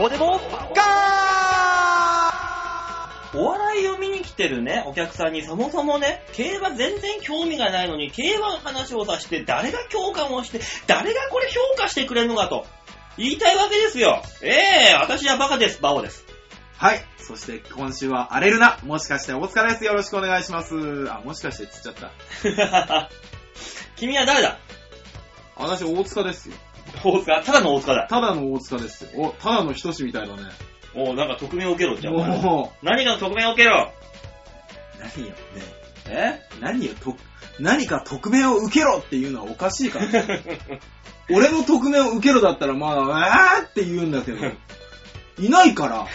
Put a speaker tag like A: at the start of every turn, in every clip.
A: こでもガーお笑いを見に来てるね、お客さんにそもそもね、競馬全然興味がないのに、競馬の話をさして、誰が共感をして、誰がこれ評価してくれるのかと、言いたいわけですよ。ええ私はバカです、バオです。
B: はい。そして今週は荒れるな。もしかして大塚です。よろしくお願いします。あ、もしかしてつっちゃった。
A: 君は誰だ
B: 私大塚ですよ。
A: 大塚ただの大塚だ。
B: ただの大塚ですよ。お、ただの人志みたいだね。
A: おうなんか匿名を受けろじゃん。お前
B: も
A: 何かの匿名を受けろ。
B: う、何よ、ね。
A: え
B: 何よ、と、何か匿名を受けろっていうのはおかしいからね。 俺の匿名を受けろだったらまあ、えーって言うんだけど、 いないから、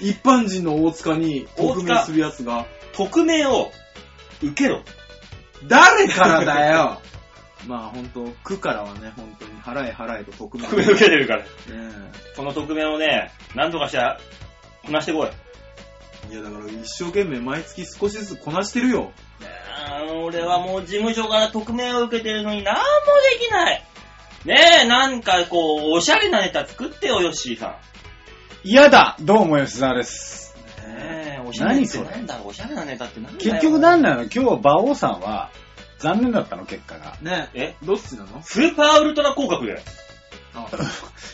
B: 一般人の大塚に匿名するやつが、
A: 匿名を受けろ。
B: 誰からだよ まあ本当区からはね、本当に払え払えと匿名。
A: 匿名 受けてるから。
B: ね
A: その匿名をね、何とかして、こなしてこい。
B: えいやだから一生懸命毎月少しずつこなしてるよ。
A: 俺はもう事務所から匿名を受けてるのに何もできない。ねえ、なんかこう、おしゃれなネタ作ってよ、ヨッシーさ
C: 嫌だどうも吉沢です。
A: ん。ねえ、おしゃれ
C: 何
A: って
C: それ
A: なんだろう、おしゃれなネタってなんだよ
C: 結局なんなの今日は馬王さんは残念だったの結果が。
B: ねえ。
A: え
B: どっちなの
A: スーパーウルトラ広角で。
B: あ、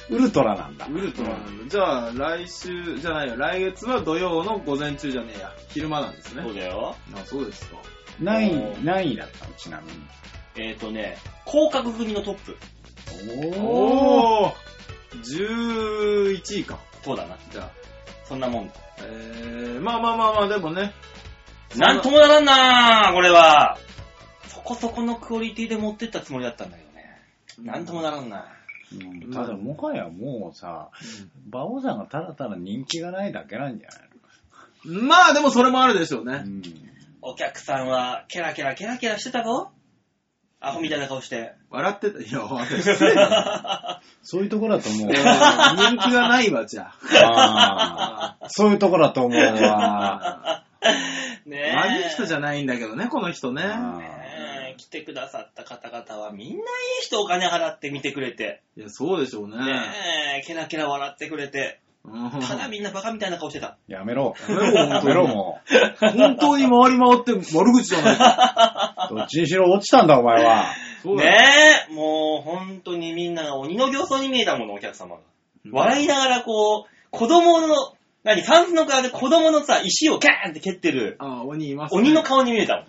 C: ウルトラなんだ。
B: ウルトラなんだ。じゃあ来週じゃないよ。来月は土曜の午前中じゃねえや。昼間なんですね
A: そ。うだよ。
B: あ、そうですか。
C: 何
A: おー
C: 位、何位だったのちなみに。
A: えっ、ー、とね、広角組のトップ。
C: おー
B: おー !11 位か。
A: そうだな。
B: じゃあ。
A: そんなもんだ。
B: えー、まあまあまあまあ、でもね。
A: なんと
B: も。
A: もならんなぁ、これは。そこそこのクオリティで持ってったつもりだったんだけどね。なんともならんな
C: うんただもはやもうさ、馬王さんがただただ人気がないだけなんじゃ
B: まあでもそれもあるでしょう
C: ない
B: ね。
C: の、
A: お客さんは、ケラケラケラケラしてたぞ。アホみたいな顔して。
B: 笑ってた。いや、私、失 礼だ
C: そういうところだと思う
B: え。ー 人気がないわ、じゃあ。
C: あーそういうところだと思う わ。
A: ねえ。
B: 悪い人じゃないんだけどね、この人ね。
A: ねえ来てくださった方々はみんないい人お金払って見てくれて。
B: いや、そうでしょうね。
A: ねえ、ケラケラ笑ってくれて。
B: うん
A: ただみんなバカみたいな顔してた。
C: やめろ。
B: やめろ
C: やめろ、も
B: 本当に回り回って悪口じゃないか。
C: う。どっちにしろ落ちたんだ、お前は。
B: そうだよ
A: ねえ、もう本当にみんなが鬼の形相に見えたもの、お客様が。笑いながらこう、子供の、何、サンスの側で子供のさ、石をガーンって蹴ってる、
B: ああ、鬼います、
A: 鬼の。顔に見えたもん。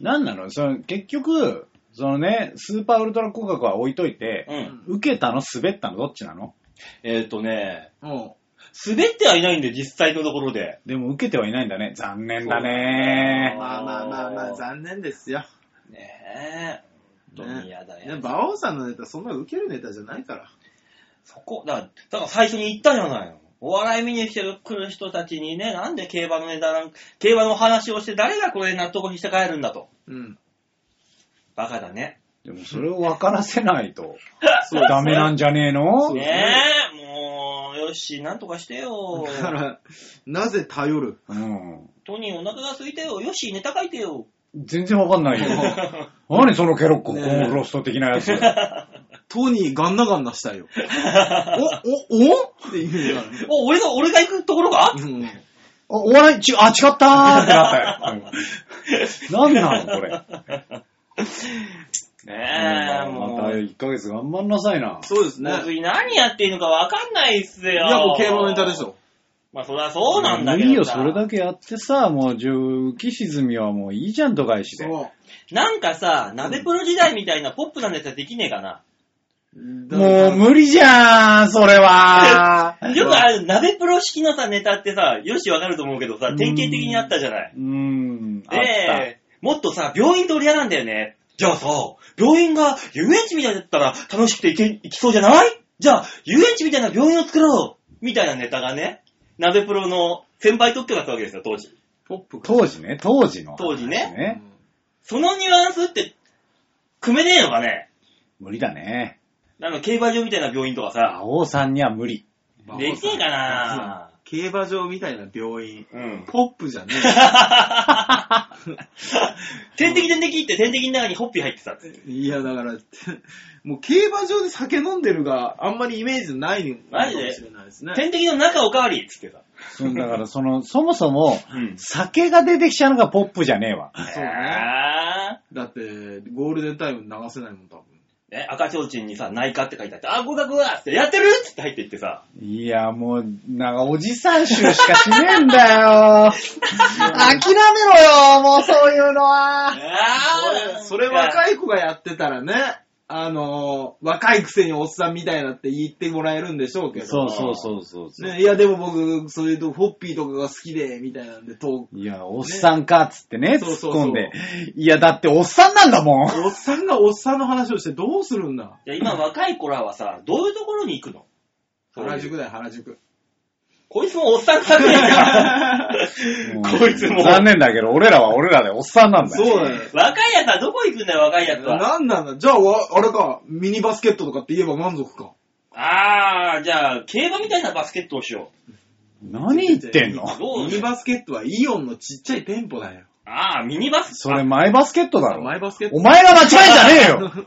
C: なんなのその結局、そのね、スーパーウルトラ広角は置いといて、
A: うん。
C: 受けたの、滑ったの、どっちなの
A: えっ、とね、
B: うん。
A: 滑ってはいないんで、実際のところで。
C: でも受けてはいないんだね。残念だね。
B: まあまあまあまあ、残念ですよ。
A: ねえ。本当に嫌だ
B: ね、
A: よ。
B: 馬王さんのネタ、そんな受けるネタじゃないから。
A: そこ、だから、だから最初に言ったじゃないの。お笑い見に来てる来る人たちにね、なんで競馬のネタなんか、競馬の話をして誰がこれ納得にして帰るんだと。
B: うん。
A: バカだね。
C: でもそれを分からせないと、ダメなんじゃねえの
B: そうです
A: ね
B: ね
A: え、もう、よし、なんとかして よ。
B: だから、なぜ頼る
C: うん。
A: トニーお腹が空いたよ。よし、ネタ書いてよ。
C: 全然分かんないよ。何そのケロッココ
B: ねえ
C: ーンフロスト的なやつ。
B: トニーガンナガンナしたよ。お、お、おって言うからね。
A: お、俺が、俺が行くところか
B: うん。
C: おお笑い、ち、あ、違ったーってなったよ。うん、何なのこれ。
A: ねえ、もう。
C: また1ヶ月頑張んなさいな。
B: そうですね。
A: 僕何やっていいのかわかんないっす
B: い
A: よ。
B: や、もう競馬のネタでし。ょ。
A: まあ、そりゃそうなんだけどさ。
C: いいよ、それだけやってさ、もう、浮き沈みはもういいじゃん、と返しで。も
B: そ
A: なんかさ、鍋プロ時代みたいなポップなネタできねえかな。
B: う。
C: う無理じゃん、それ は。。
A: よくある、鍋プロ式のさ、ネタってさ、よしわかると思うけどさ、典型的にあったじゃないう
C: ーん、あった。
A: で、もっとさ、病院と俺嫌なんだよね。じゃあさ、病院が遊園地みたいだったら楽しくていけ、いきそうじゃないじゃあ、遊園地みたいな病院を作ろうみたいなネタがね、鍋プロの先輩特許だったわけですよ、当時。
B: ポップか。
C: 当時ね、当時の話。
A: 当時ね
B: うん
A: そのニュアンスって、組めねえのかね
C: 無理だね。
A: あの、競馬場みたいな病院とかさ、
C: 馬王さんには無理。
A: できねえか
B: 馬王さん
A: な
B: 競馬場みたいな病院。
A: うん。
B: ポップじゃね
A: 天敵天敵って天敵の中にホッピー入ってたって。
B: え。いや、だから、もう競馬場で酒飲んでるがあんまりイメージないのか
A: マ
B: も
A: ジで
B: しれないですね。
A: 天敵の中おかわりっつってた。
C: そうだから、その、 そもそも、
A: うん。
C: 酒が出てきちゃうのがポップじゃねえわ。
B: そうね。
A: あ
B: だって、ゴールデンタイム流せないもん、多分。
A: ーね、赤ちょうちんにさ、内科って書いてあって、あ、合格だって、やってるっつって入っていってさ、
C: いや、もう、なんか、おじさん臭しかしねえんだよ。 諦めろよ、もうそういうのは。
A: あ
B: そ
A: い。
B: れ若い子がやってたらね、あのー若いくせにおっさんみたいなって言ってもらえるんでしょうけど。
C: そうそうそうそうそう、
B: ね、いや、でも僕、そういうと、ホッピーとかが好きで、みたいなんで、トーク。
C: いや、おっさんか、つってね、
B: そう
C: 突
B: そ
C: っ
B: うそう
C: 込んで。いや、だっておっさんなんだ もん。
B: おっさんがおっさんの話をしてどうするんだ
A: いや、今若い子らはさ、どういうところに行くの
B: 原宿だよ、原宿。
A: こいつもおっさんかっこいいじゃ んこいつも。
C: 残念だけど、俺らは俺らでおっさんなんだよ。
B: そうだよ。
A: 若いやつはどこ行くんだよ、若いやつは。
B: なんなんだじゃあ、わあれか、ミニバスケットとかって言えば満足か。
A: あー、じゃあ、競馬みたいなバスケットをしよ
C: 何言ってんの
A: う。どう
B: ミニバスケットはイオンのちっちゃい店舗だよ。
A: あー、ミニバス
C: それ、マイバスケットだろ。
B: マイバスケッ
C: お
B: ト。
C: 前が間違えじゃねえよ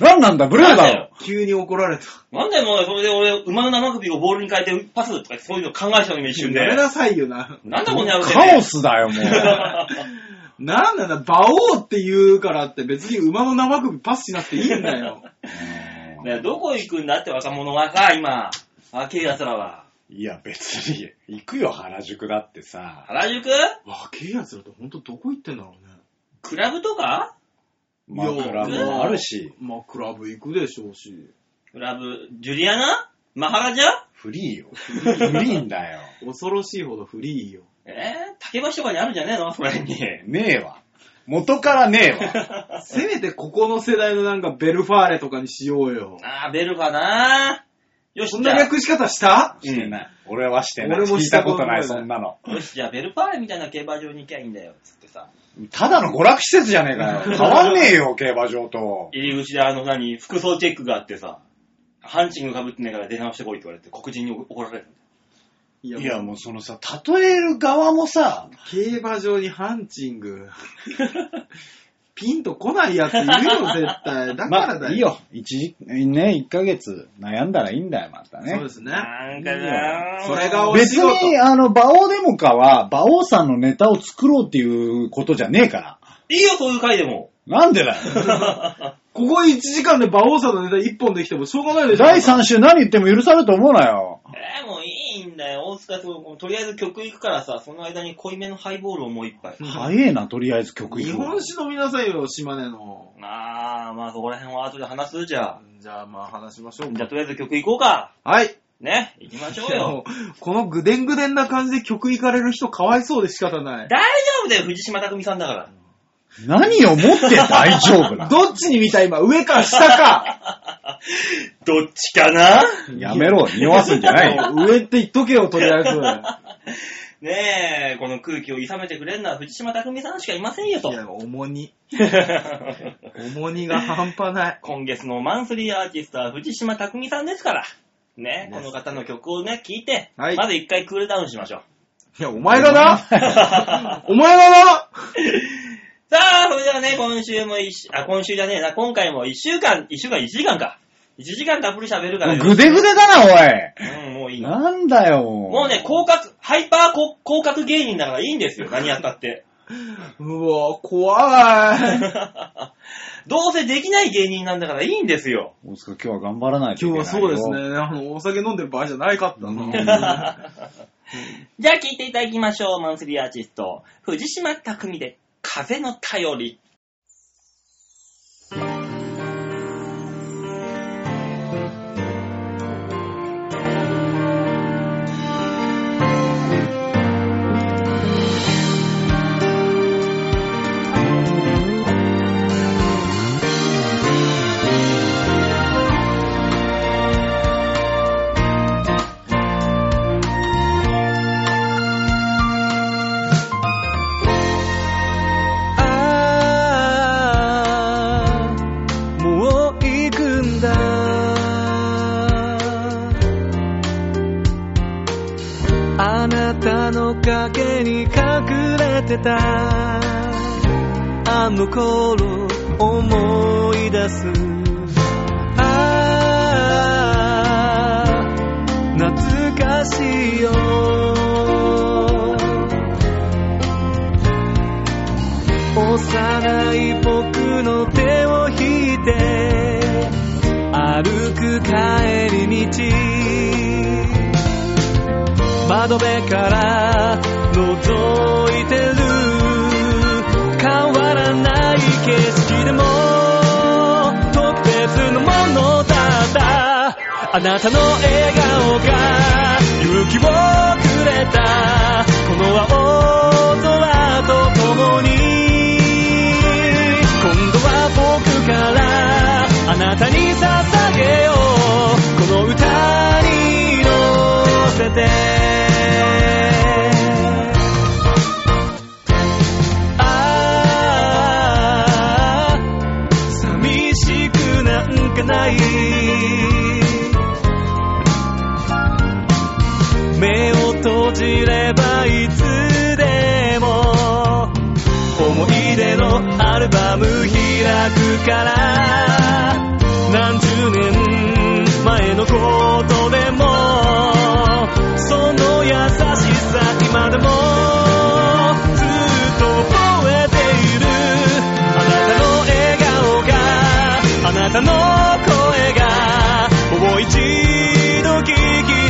C: 何なんだ、ブルーだろ。
B: 急に怒られた。
A: なんでもうそれで俺、馬の生首をボールに変えてパスとかそういうの考えちゃうの今一瞬で
B: や。めなさいよな。
A: なんだこの野郎てめえ
C: カオスだよ、もう。
B: なんなんだ、馬王って言うからって別に馬の生首パスしなくていいんだよ。
A: ねどこ行くんだって若者がさ、今。若い奴らは。
C: いや、別に、行くよ、原宿だってさ。
A: 原宿
B: 若え奴らってほんとどこ行ってんだろうね。
A: クラブとか
C: まあ、
B: いや
C: クラブもあるし、
B: まあ、クラブ行くでしょうし。
A: クラブ、ジュリアナマハラジャ
C: フリーよ。フリーんだよ。
B: 恐ろしいほどフリーよ。
A: えー、竹橋とかにあるんじゃねえのそれに。
C: ねえわ。元からねえわ。
B: せめてここの世代のなんかベルファーレとかにしようよ。
A: あー、ベルかなよし、
B: そん
A: じゃ
B: な
A: あ、
B: 略し方した
C: してない。俺はしてない。
B: 俺も
C: 聞
B: し
C: いた
B: た
C: こ
B: ことと
C: な、
B: ないい
C: そんなの。
A: よし、じゃあ、ベルパーレみたいな競馬場に行きゃいいんだよ、つってさ。
C: ただの娯楽施設じゃねえかよ。 変わんねえよ、競馬場と。
A: 入り口であの何、服装チェックがあってさ、ハンチングかぶってねえから出直してこいって言われて、黒人に怒られる。
B: い
C: いや、もうそのさ、例える側もさ、
B: 競馬場にハンチング。 ピンと来ないやついるよ、絶対。だから
C: ま
B: だ
C: あ、いいよ。一時、ね、一ヶ月悩んだらいいんだよ、ま
B: そ
C: た
B: う
C: ね
B: で。すね。
A: なんかなぁ
B: それがお
C: 別
B: 仕事
C: に、あの、馬王デモカは、馬王さんのネタを作ろうっていうことじゃねえから。
A: いいよ、そういう回でも。
C: なんで だよ。
B: ここ1時間で馬王さんのネタ1本できてもしょうがないでしょ。
C: 第3週何言っても許されると思うなよ。
A: えー、もういいんだよ。大塚と、とりあえず曲行くからさ、その間に濃いめのハイボールをもう一杯。
C: 早えな、とりあえず曲
B: 日
C: 行くわ
B: 本酒飲みなさいよ、島根の。
A: あー、まあそこら辺は後で話すじゃあ。
B: じゃあまあ話しましょう
A: じゃあ、とりあえず曲行こうか。
B: はい。
A: ね、行きましょう
B: いや
A: よ
B: も。うこのぐでんぐでんな感じで曲行かれる人かわいそうで仕方ない。
A: 大丈夫だよ、藤島匠さんだから。
C: 何を持って大丈夫なの
B: どっちに見た今、上か下か。
A: どっちかな
C: やめろ、匂わすんじゃないよ。
B: 上って言っとけよ、とりあえ ず。い
A: ねえ、この空気を諌めてくれるのは藤島匠さんしかいませんよと。
B: や、重荷。重荷が半端ない。
A: 今月のマンスリーアーティストは藤島匠さんですから。ね、この方の曲をね、聴いて、
B: はい
A: まず一回クールダウンしましょう。
B: いや、 お前がなお前がな
A: さあ、それではね、今週も一週、あ、今週じゃねえな、今回も一週間、一週間、一時間か。一時間たっぷり喋るからよ。
C: ぐでぐでだな、
A: うん、もう
C: お
A: い
C: い。
A: いの。
C: なんだよ。
A: もうね、広角、ハイパーこ広角芸人だからいいんですよ、何やった って。
B: うわ、怖い。
A: どうせできない芸人なんだからいいんですよ。
C: 大塚今日は頑張らないとい
B: 今
C: け
B: 日
C: ないよ。
B: はそうですね、 あの、お酒飲んでる場合じゃないかった
C: う ん。
B: な。
A: じゃあ聞いていただきましょう。マンスリーアーティスト、藤島匠で、風の頼り。
D: 「
C: てたあの頃思い出すああ懐かしいよ幼い僕の手を引いて歩く帰り道窓辺から覗いてる変わらない景色でも特別なものだったあなたの笑顔が勇気をくれたこの青空と共に今度は僕からあなたに捧げようこの歌に乗せてああ寂しくなんかない目を閉じればいつでも思い出のアルバム開くから何十年前のことでもその優しさ今でもずっと覚えているあなたの笑顔があなたの声がもう一度聞き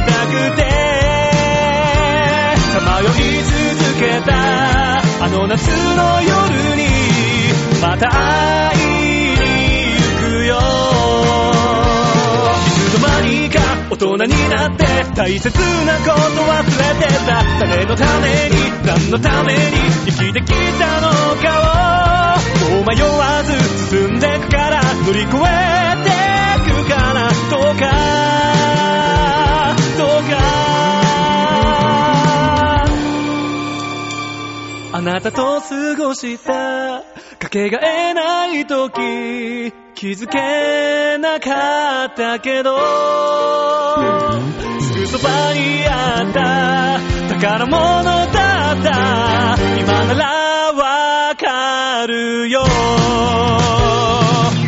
C: たくてさまよい続けたあの夏の夜にまた会いに行くよいつの間にか大人になって大切なこと忘れてた誰のために何のために生きてきたのかをもう迷わず進んでくから乗り越えてくからどうかどうかあなたと過ごしたかけがえない時気づけなかったけどすぐそばにあった宝物だった今ならわかるよあ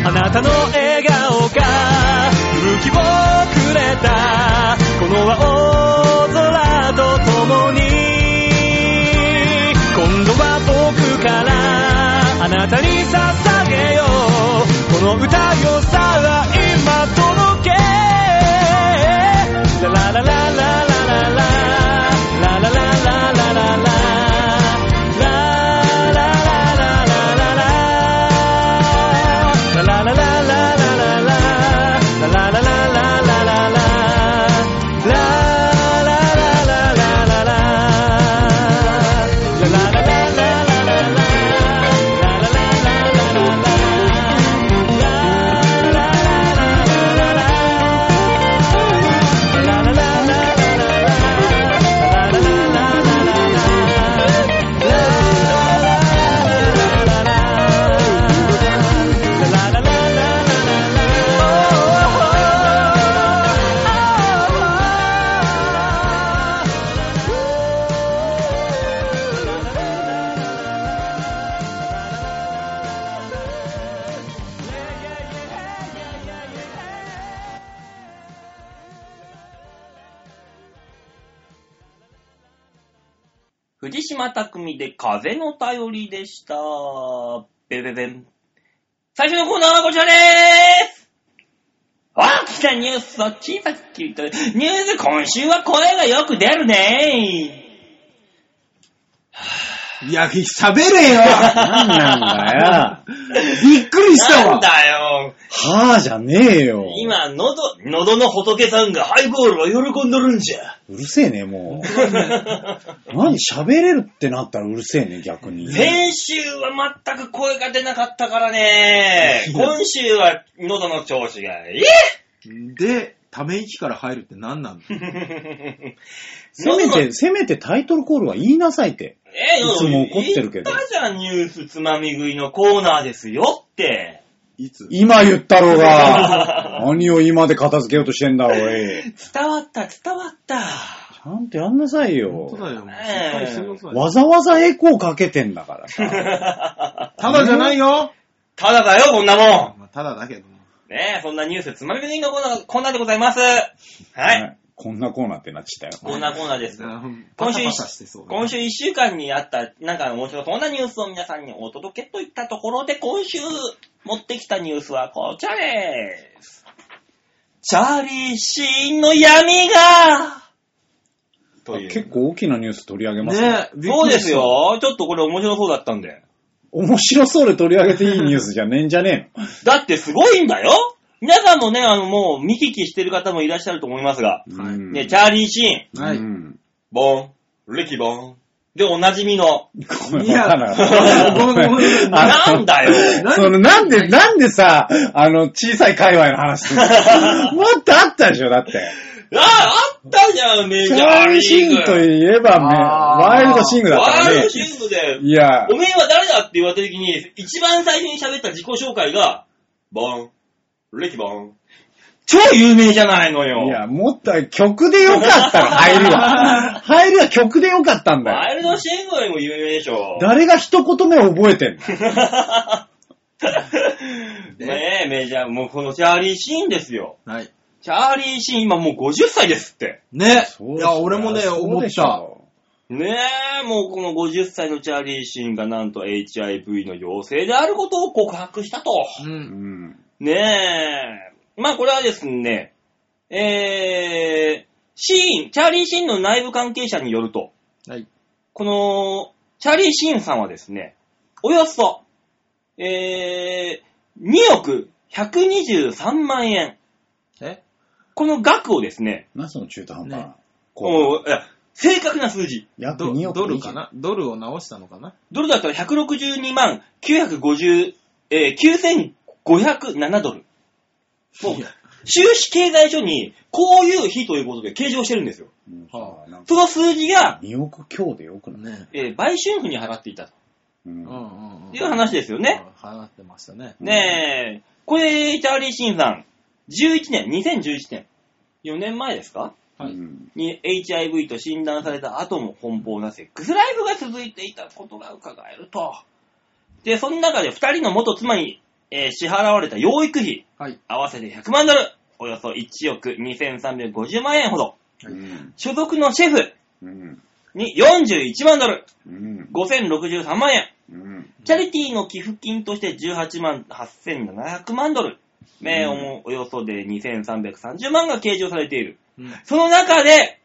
C: なたの笑顔が勇気をくれたこの青空と共に今度は僕からあなたに捧げようこの歌よさあ今届けララララララララララララララ
A: 藤島匠で風の頼りでした。ベベベン。最初のコーナーはこちらでーす大きなニュースを小さく切り取る。ニュース今週は声がよく出るね
B: いや、喋 れよ
E: なんなんだよ。
B: びっくりした
A: な
B: わ
A: んだよ。
E: はぁじゃねえよ。
A: 今、喉、喉の仏さんがハイボールを喜んどるんじゃ。
E: うるせえね、もう。何喋れるってなったらうるせえね、逆に。
A: 先週は全く声が出なかったか らね。今週は喉の調子がいい
B: で、ため息から入るって 何なんだ
E: せめて、せめてタイトルコールは言いなさいって。
A: え
E: いつも怒ってるけど
A: 言ったじゃん、ニュースつまみ食いのコーナーですよって。
B: いつ
E: 今言ったろうが。何を今で片付けようとしてんだ、おい。
A: 伝わった、伝わった。
C: ゃんとやんなさい
B: 本当
C: よ。
B: だよ。もうしっ
A: ねえ
B: かりしてくださいよ
C: わざわざエコーかけてんだからさ。
B: ただじゃないよ。
A: ただだよ、こんなもん。
B: まあただだけども。
A: ねえ、そんなニュースつまみ食いのコーナー、こんなでございます。はい。
C: ねこんなコーナーってなっちゃった
A: こ
C: よ。
A: んなコーナーです。
B: パ
A: 今
B: タ
A: 週
B: パタしてそうだね
A: 今週1週間にあった、なんか面白そうなニュースを皆さんにお届けといったところで、今週持ってきたニュースはこちらです。チャーリー・シーンの闇がという。
C: 結構大きなニュース取り上げま すね。
B: ねえ、びっ
A: そ
B: く
A: う
B: り
A: で
B: した
A: す。よ。ちょっとこれ面白そうだったんで。
C: 面白そうで取り上げていいニュースじゃねえんじゃねえの。
A: だってすごいんだよ皆さんもね、あのもう見聞きしてる方もいらっしゃると思いますが、
B: はい
C: うん
A: ね、チャーリー・シーン、
B: はい。
C: うん
A: ボン、リキボン。で、おなじみの、
C: ごめん、
B: いや
C: わかんなかっ
B: ごめんごめんごめん
C: あ
A: なんだよ
C: た。そのなんで、なんでさ、あの、小さい界隈の話するのもっとあったでしょ、だって。
A: ああ、あったじゃん、メ
C: チ
A: ジ
C: ャ
A: ャー
C: ーリー
A: リ
C: シ
A: ー
C: ン
A: グ。
C: グといえば、ね、
B: あー
C: ワイルドシングだった
A: ワ
C: か
A: ール
C: ら
A: ド
C: ね。
A: シングで、
C: いや、
A: おめえは誰だって言われた時に、一番最初に喋った自己紹介が、ボン、レキボン。超有名じゃないのよ。
C: いや、もっと曲でよかったら入るわ。入るは曲でよかったん
A: ワイ
C: だよ。
A: ルドシングよりも有名でしょ。
C: 誰が一言目覚えてんの
A: ねえ、メジャー、もうこのチャーリー・シーンですよ。
B: はい。
A: チャーリー・シーン、今もう50歳ですって。
B: ね
C: そう
B: い
C: でしょ
B: や、俺もね、
C: そう
B: 思っ。
C: でしたょ
A: ねえ、もうこの50歳のチャーリー・シーンがなんと HIV の陽性であることを告白したと。
B: う。
C: うんん。
A: ねえ。まあこれはですね、えー、シーン、チャーリー・シーンの内部関係者によると、
B: はい。
A: この、チャーリー・シーンさんはですね、およそ、えー、2億123万円。
B: え
A: この額をですね、
C: な、その中途半端
B: ね
C: な。こ
A: おーいや正確な数字。
C: う、約
B: ド
C: 2億
B: ドルかなドルを直したのかな
A: ドルだったら162万950、えー、9507ドル。もう
B: いや、
A: 収支経済書に、こういう日ということで計上してるんですよ。
C: うんさなんか
A: その数字が、
C: 2億強でよくない
B: ね
A: えー売春婦に払っていたと
C: う
B: うんんうんうん。
A: いう話ですよね。
B: うん。払ってましたね。
A: ねえ、これ、チャーリー・シンさん、11年、2011年、4年前ですか
B: は
C: う
B: い。
C: ん
A: に HIV と診断された後も奔放なセックスライフが続いていたことが伺えると。で、その中で2人の元妻に、えー支払われた養育費、
B: はい。
A: 合わせて100万ドル、およそ1億2350万円ほど、
C: うん
A: 所属のシェフ
C: うん
A: に41万ドル、
C: うん
A: 5063万円、
C: うん
A: チャリティーの寄付金として18万8700万ドル、名
C: うん
A: およそで2330万が計上されている。
B: うん
A: その中で、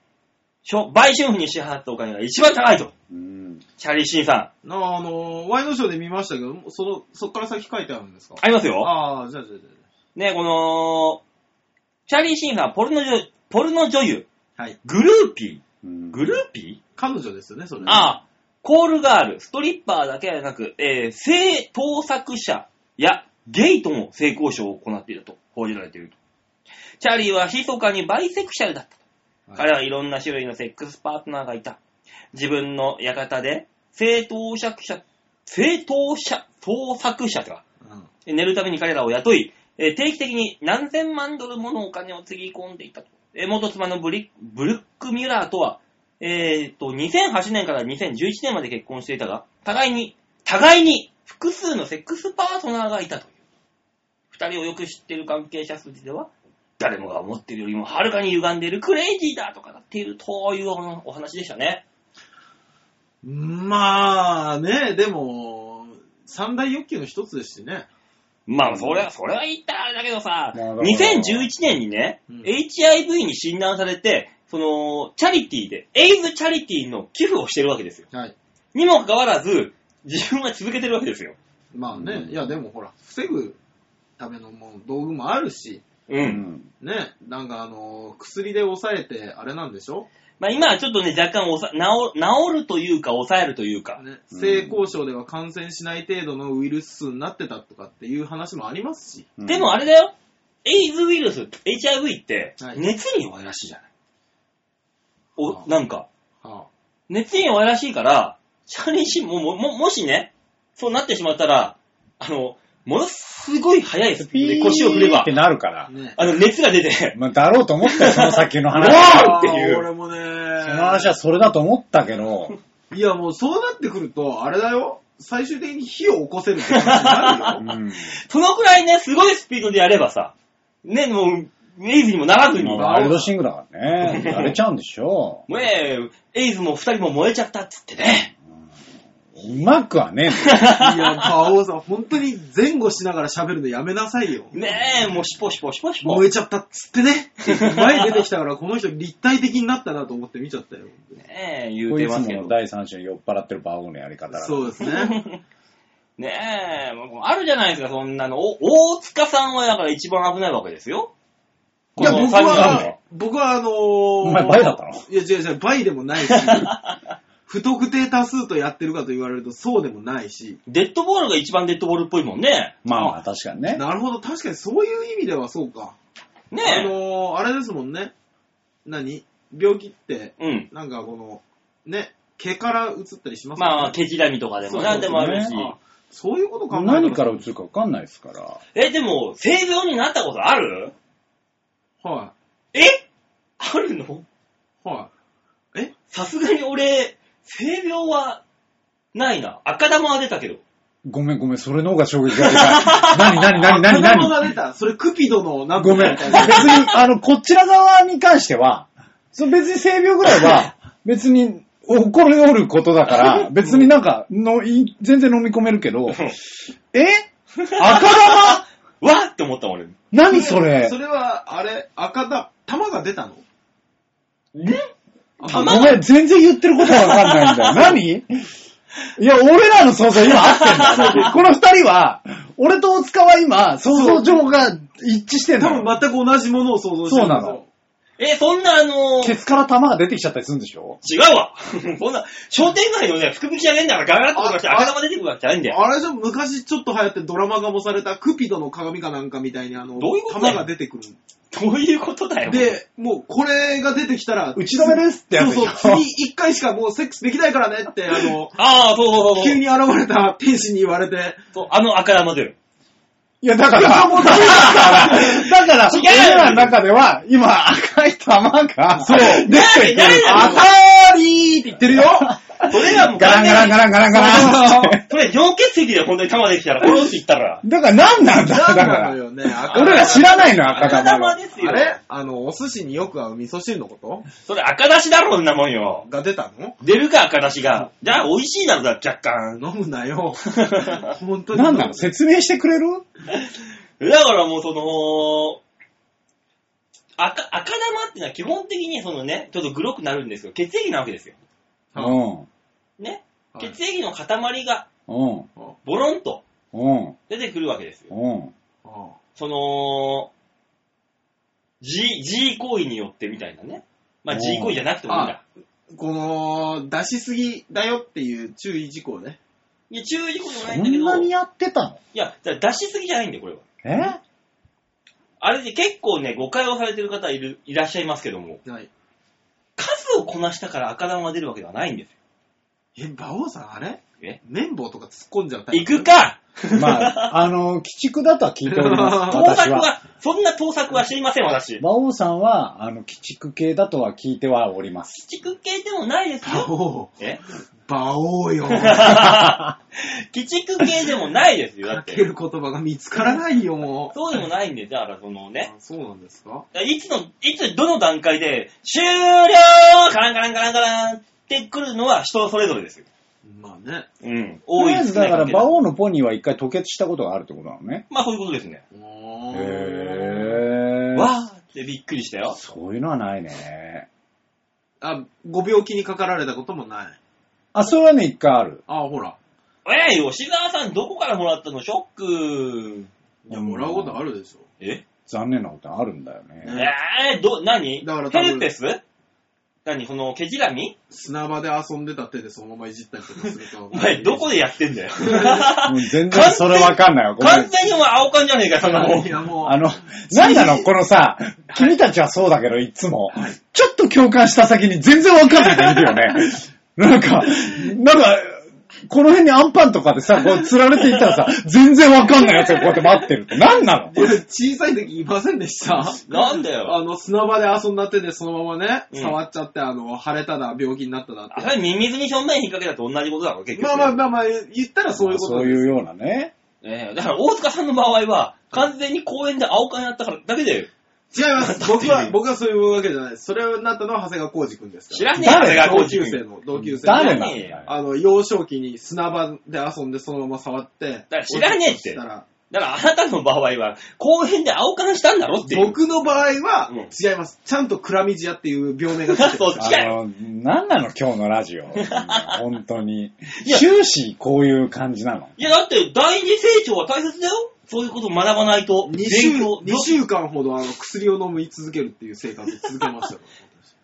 A: しょ売春婦に支払ったお金が一番高いと。
C: うん
A: チャーリー・シーンさ
B: なああのー、ワイドショーで見ましたけど、その、そっから先書いてあるんですか
A: ん。ありますよ。
B: ああ、じゃあじゃあじゃ
A: ね、この、チャーリー・シーンさんはポルノ女ポルノ女優、
B: あはい。
A: グルーピ
C: うん
A: ー、グルーピ
B: 彼女ですよね、それ
A: ー。ああ、コールガール、ストリッパーだけではなく、えー性盗作者やゲイとも性交渉を行っていると報じられていると。チャーリーは密かにバイセクシャルだった。彼はいろんな種類のセックスパートナーがいた。自分の館で、正当者、正当者、創作者とか、
B: うん。
A: 寝るために彼らを雇い、えー定期的に何千万ドルものお金をつぎ込んでいたと。えー元妻のブリブルック・ミュラーとは、えーと、2008年から2011年まで結婚していたが、互いに、互いに複数のセックスパートナーがいたという。二人をよく知っている関係者筋では、誰もが思っているよりもはるかに歪んでいるクレイジーだとかなっているというお話でしたね。
B: まあね、でも、三大欲求の一つですしね。
A: まあ、それは、それは言ったらあれだけどさ、
C: まあだから
A: 2011年にね、
B: うん
A: HIV に診断されて、その、チャリティーで、エイズチャリティーの寄付をしてるわけですよ。
B: はい。
A: にもかかわらず、自分は続けてるわけですよ。
B: まあね、
C: うん
B: いやでもほら、防ぐためのもう道具もあるし、
A: う。
C: うんん
B: ね、なんかあのー、薬で抑えて、あれなんでしょ、
A: まあ今はちょっとね、若干おさ治治るというか、抑えるというか。
B: ね、性交渉では感染しない程度のウイルス数になってたとかっていう話もありますし、
C: うん
A: でもあれだよ、エイズウイルス、HIV って
B: はい、
A: 熱に弱いらしいじゃない。
B: あ
A: お、
B: あ
A: なんか、
B: は
A: 熱に弱いらしいから、チャーリーシーンも、も、も、もしね、そうなってしまったら、あの、ものすごい速いスピードで
C: ピー
A: 腰を振れば
C: っ、てなるから。
B: ね。
A: あの、熱が出て、
C: まあ、だろうと思ったよ、その先の話。
A: わ
B: あ
A: っていう
B: ー俺もね。
C: その話はそれだと思ったけど、
B: いや、もうそうなってくると、あれだよ。最終的に火を起こせるって話にな
C: う
B: るよ。
C: ん。
A: そのくらいね、すごいスピードでやればさ、ね、もう、エイズにもならずに、
C: まあワイルドシングだからね。やれちゃうんでしょ
A: もうえエイズも二人も燃えちゃったっつってね。
C: う。うまくはね
B: いや、馬王さん、本当に前後しながら喋るのやめなさいよ。
A: ねえ、もうシポシポシポシポ。
B: 燃えちゃったっつってね。前に出てきたから、この人立体的になったなと思って見ちゃったよ。
A: ねえ、
C: え
A: 言
C: の。
A: う
C: こい
A: て
C: つ
A: ま
C: も
A: すけど
C: の。第三者に酔っ払ってるバオのやり方だから。
B: そうです ね。
A: ねえ、もうあるじゃないですか、そんなの。お大塚さんはだから一番危ないわけですよ。
B: いや、
A: この
B: 僕
A: 三人
B: は
A: の、
B: 僕はあのー、
C: お前バイだったの
B: いや、違う違う、倍でもないし、 不特定多数とやってるかと言われるとそうでもないし、
A: デッドボールが一番デッドボールっぽいもんね。
C: まあまあ、確かにね。
B: なるほど、確かにそういう意味ではそうか。
A: ねえ。
B: あのー、あれですもんね。何病気って、
A: うん。
B: なんかこの、ね、毛から移ったりしますもんね
A: まあ、毛嫌みとかでも何でもあるし。
C: そうですね
B: そういうこと考えた
C: 何から映るかわかんないですから。
A: え、でも、性病になったことある
B: は
A: えあるの
B: い、は
A: さすがに俺、性病は、ないな。赤玉は出たけど。
C: ごめんごめん、それの方が衝撃がでかい。何何
B: い。
C: 何何
B: あ子供
C: 何
B: が出た。それクピドの、なんか
C: ごめん。別に、あの、こちら側に関しては、その別に性病ぐら いは、別に、起こりおることだから、別になんか、のい全然飲み込めるけど、え赤玉
A: わーって思ったもん、俺。
C: 何それ
B: それは、あれ、赤だ、玉が出たの
C: ごめん、全然言ってることわかんない んだよ。何いや、俺らの想像今合って んだよ。この二人は、俺と大塚は今、想像上が一致してんだ
B: 多
C: よ。
B: 分全く同じものを想像してるんだ
C: そうな
B: ぞ
C: の。
A: え、そんなあの
C: ケツから玉が出てきちゃったりするんでしょ
A: 違うわ そんな、商店街のね、福引き上げんだからガラッとかして
B: あ
A: 赤玉出てくるわけじゃないんだよ。
B: あれじゃ昔ちょっと流行ってドラマ化もされたクピドの鏡かなんかみたいにあの、
A: どういうことだ
B: 玉
A: よ
B: が出てくる。
A: どういうことだよ。
B: で、もうこれが出てきたら、
C: 打ち止めですってやつでし
B: そ
C: ょ
B: うそう、次一回しかもうセックスできないからねって、あ の、
A: ああ、そうそうそうそ
B: 急
A: う
B: に現れた天使に言われて、
A: そう。あの赤玉出る。
C: いや、 だから、だから、だから、
A: 違う
C: 俺らの中では、今、赤い玉が、そう、出てくる。
A: な
C: あ
A: んでなんで
C: たりーって言ってるよ
A: それがもう
C: ガランガランガランガランガランって。
A: それ、尿血石で本当に玉できたら、コロって言ったら。
C: だから何なんだ
B: な
C: だ
B: んな
C: か
B: の
C: ら。
B: よね、赤
C: 俺ら知らないのよ、赤
A: 赤
C: 玉
A: 玉
C: が。
A: ですよ。
B: あれあの、お寿司によく合う味噌汁のこ
A: それ赤出しだろ、そんなもんよ
B: と。が出たの
A: 出るか、赤出しが。じゃあ、美味しいだろ、若 干。
B: 飲むな よ。本当に。
C: 何なの説明してくれる
A: だからもう、その、赤、赤玉ってのは基本的にそのね、ちょっとグロくなるんですよ。血液なわけですよ。
C: う。
B: うん
A: ね。
B: はい
A: 血液の塊が
C: うん。
A: ボロンと
C: うん。
A: 出てくるわけですよ。
C: うん。
B: あ
A: その、G、G 行為によってみたいなね。まあ
C: おー
A: G 行為じゃなくてもいいんだ。
B: この、出しすぎだよっていう注意事項ね。
A: いや、注意事項じゃないんだ
C: そ
A: け
C: んな
A: ど、
C: に
A: い
C: やってたの
A: や、だから出しすぎじゃないんだよ、これは。
C: え
A: あれで結構ね、誤解をされてる方いる、いらっしゃいますけども、
B: はい。
A: 数をこなしたから赤玉が出るわけではないんですよ。
B: え、馬王さんあれ
A: え
B: 綿棒とか突っ込んじゃうタイ
A: 行
B: プ
A: くか
C: まあ、あの、鬼畜だとは聞いております。
A: 盗
C: 私
A: 作
C: は。
A: は、そんな盗作は知りません、私。
C: 馬王さんは、あの、鬼畜系だとは聞いてはおります。
A: 鬼畜系でもないです
B: 馬
A: よ。
B: 王。
A: え
B: 馬王 よ。
A: 鬼畜系でもないですよ、だ
B: か
A: っ
B: け
A: て。
B: る言葉が見つからないよ、もう。
A: そうでもないんで、だからそのね、
B: あそうなんですか
A: いつの、いつ、どの段階で、終了カランカランカランカランってくるのは人それぞれですよ。
B: まあね。
A: うん。
C: と
A: 多
C: り
A: い
C: あえ
A: です
C: ず、
A: ね。
C: だから、
A: 関係な
C: 馬
A: く
C: 王のポニーは一回吐血したことがあるってことなのね。
A: まあそういうことですね。
B: おー
C: へー。
A: わーってびっくりしたよ。
C: そういうのはないね。
B: あ、ご病気にかかられたこともない。
C: あ、それはね、一回ある。
B: あ、ほら。
A: えい、吉沢さんどこからもらったのショック。
B: いや、もらうことあるでしょ。
A: え
C: 残念なことあるんだよね。
A: えー、ど、何
B: だから多分
A: ヘルペス何その、毛じらみ
B: 砂場で遊んでた手でそのままいじったりとかすると。
A: お前、どこでやってんだ よ。
C: うん全然それわかんないわ。ごめ
A: 完
C: ん。
A: 全にお前、青缶じゃねえか、そんなもん
B: い。や、もう。
C: あの、なんなのこのさ、君たちはそうだけど、いつも。ちょっと共感した先に全然わかんないでいるよね。なんか、なんか、この辺にアンパンとかでさ、こう、釣られていったらさ、全然わかんないやつがこうやって待ってるって。なんなの
B: いや、小さい時いませんでした
A: なんだよ。
B: あの、砂場で遊んだ手でそのままね、
A: うん
B: 触っちゃって、あの、腫れただ、病気になっただっ
A: あれ、
B: て。
A: ミミズに表面引っ掛けたと同じことだから、結局。
B: まあまあまあまあ、言ったらそういうこと
C: そう
B: です
C: いうようなね。
A: ええだから、大塚さんの場合は、完全に公園で青缶やったからだけで、
B: 違います。 僕は、僕はそういうわけじゃないです。それになったのは長谷川浩二君ですから。
A: 知らねえ
C: 誰
A: よ、
B: 同
A: 高知
B: 級
A: 君
B: 生の、同級生の。
C: 誰なの
A: 知らねえ
B: あの、幼少期に砂場で遊んでそのまま触って。
A: だから知らねえって
B: 落ちたら
A: だから、あなたの場合は、公園で青缶したんだろっていう。
B: 僕の場合は
A: うん、
B: 違います。ちゃんとクラミジアっていう病名がつ いて
A: そう
B: ま
A: そ
B: す
A: う
C: あ
A: 違う
C: の、なんなの今日の ラジオ。本当に
A: いや。
C: 終始こういう感じなの。
A: いや、だって、第二成長は大切だよ。そういうことを学ばないと。
B: 2週
A: 勉強
B: 二週間ほどあの薬を飲み続けるっていう生活を続けましたよ。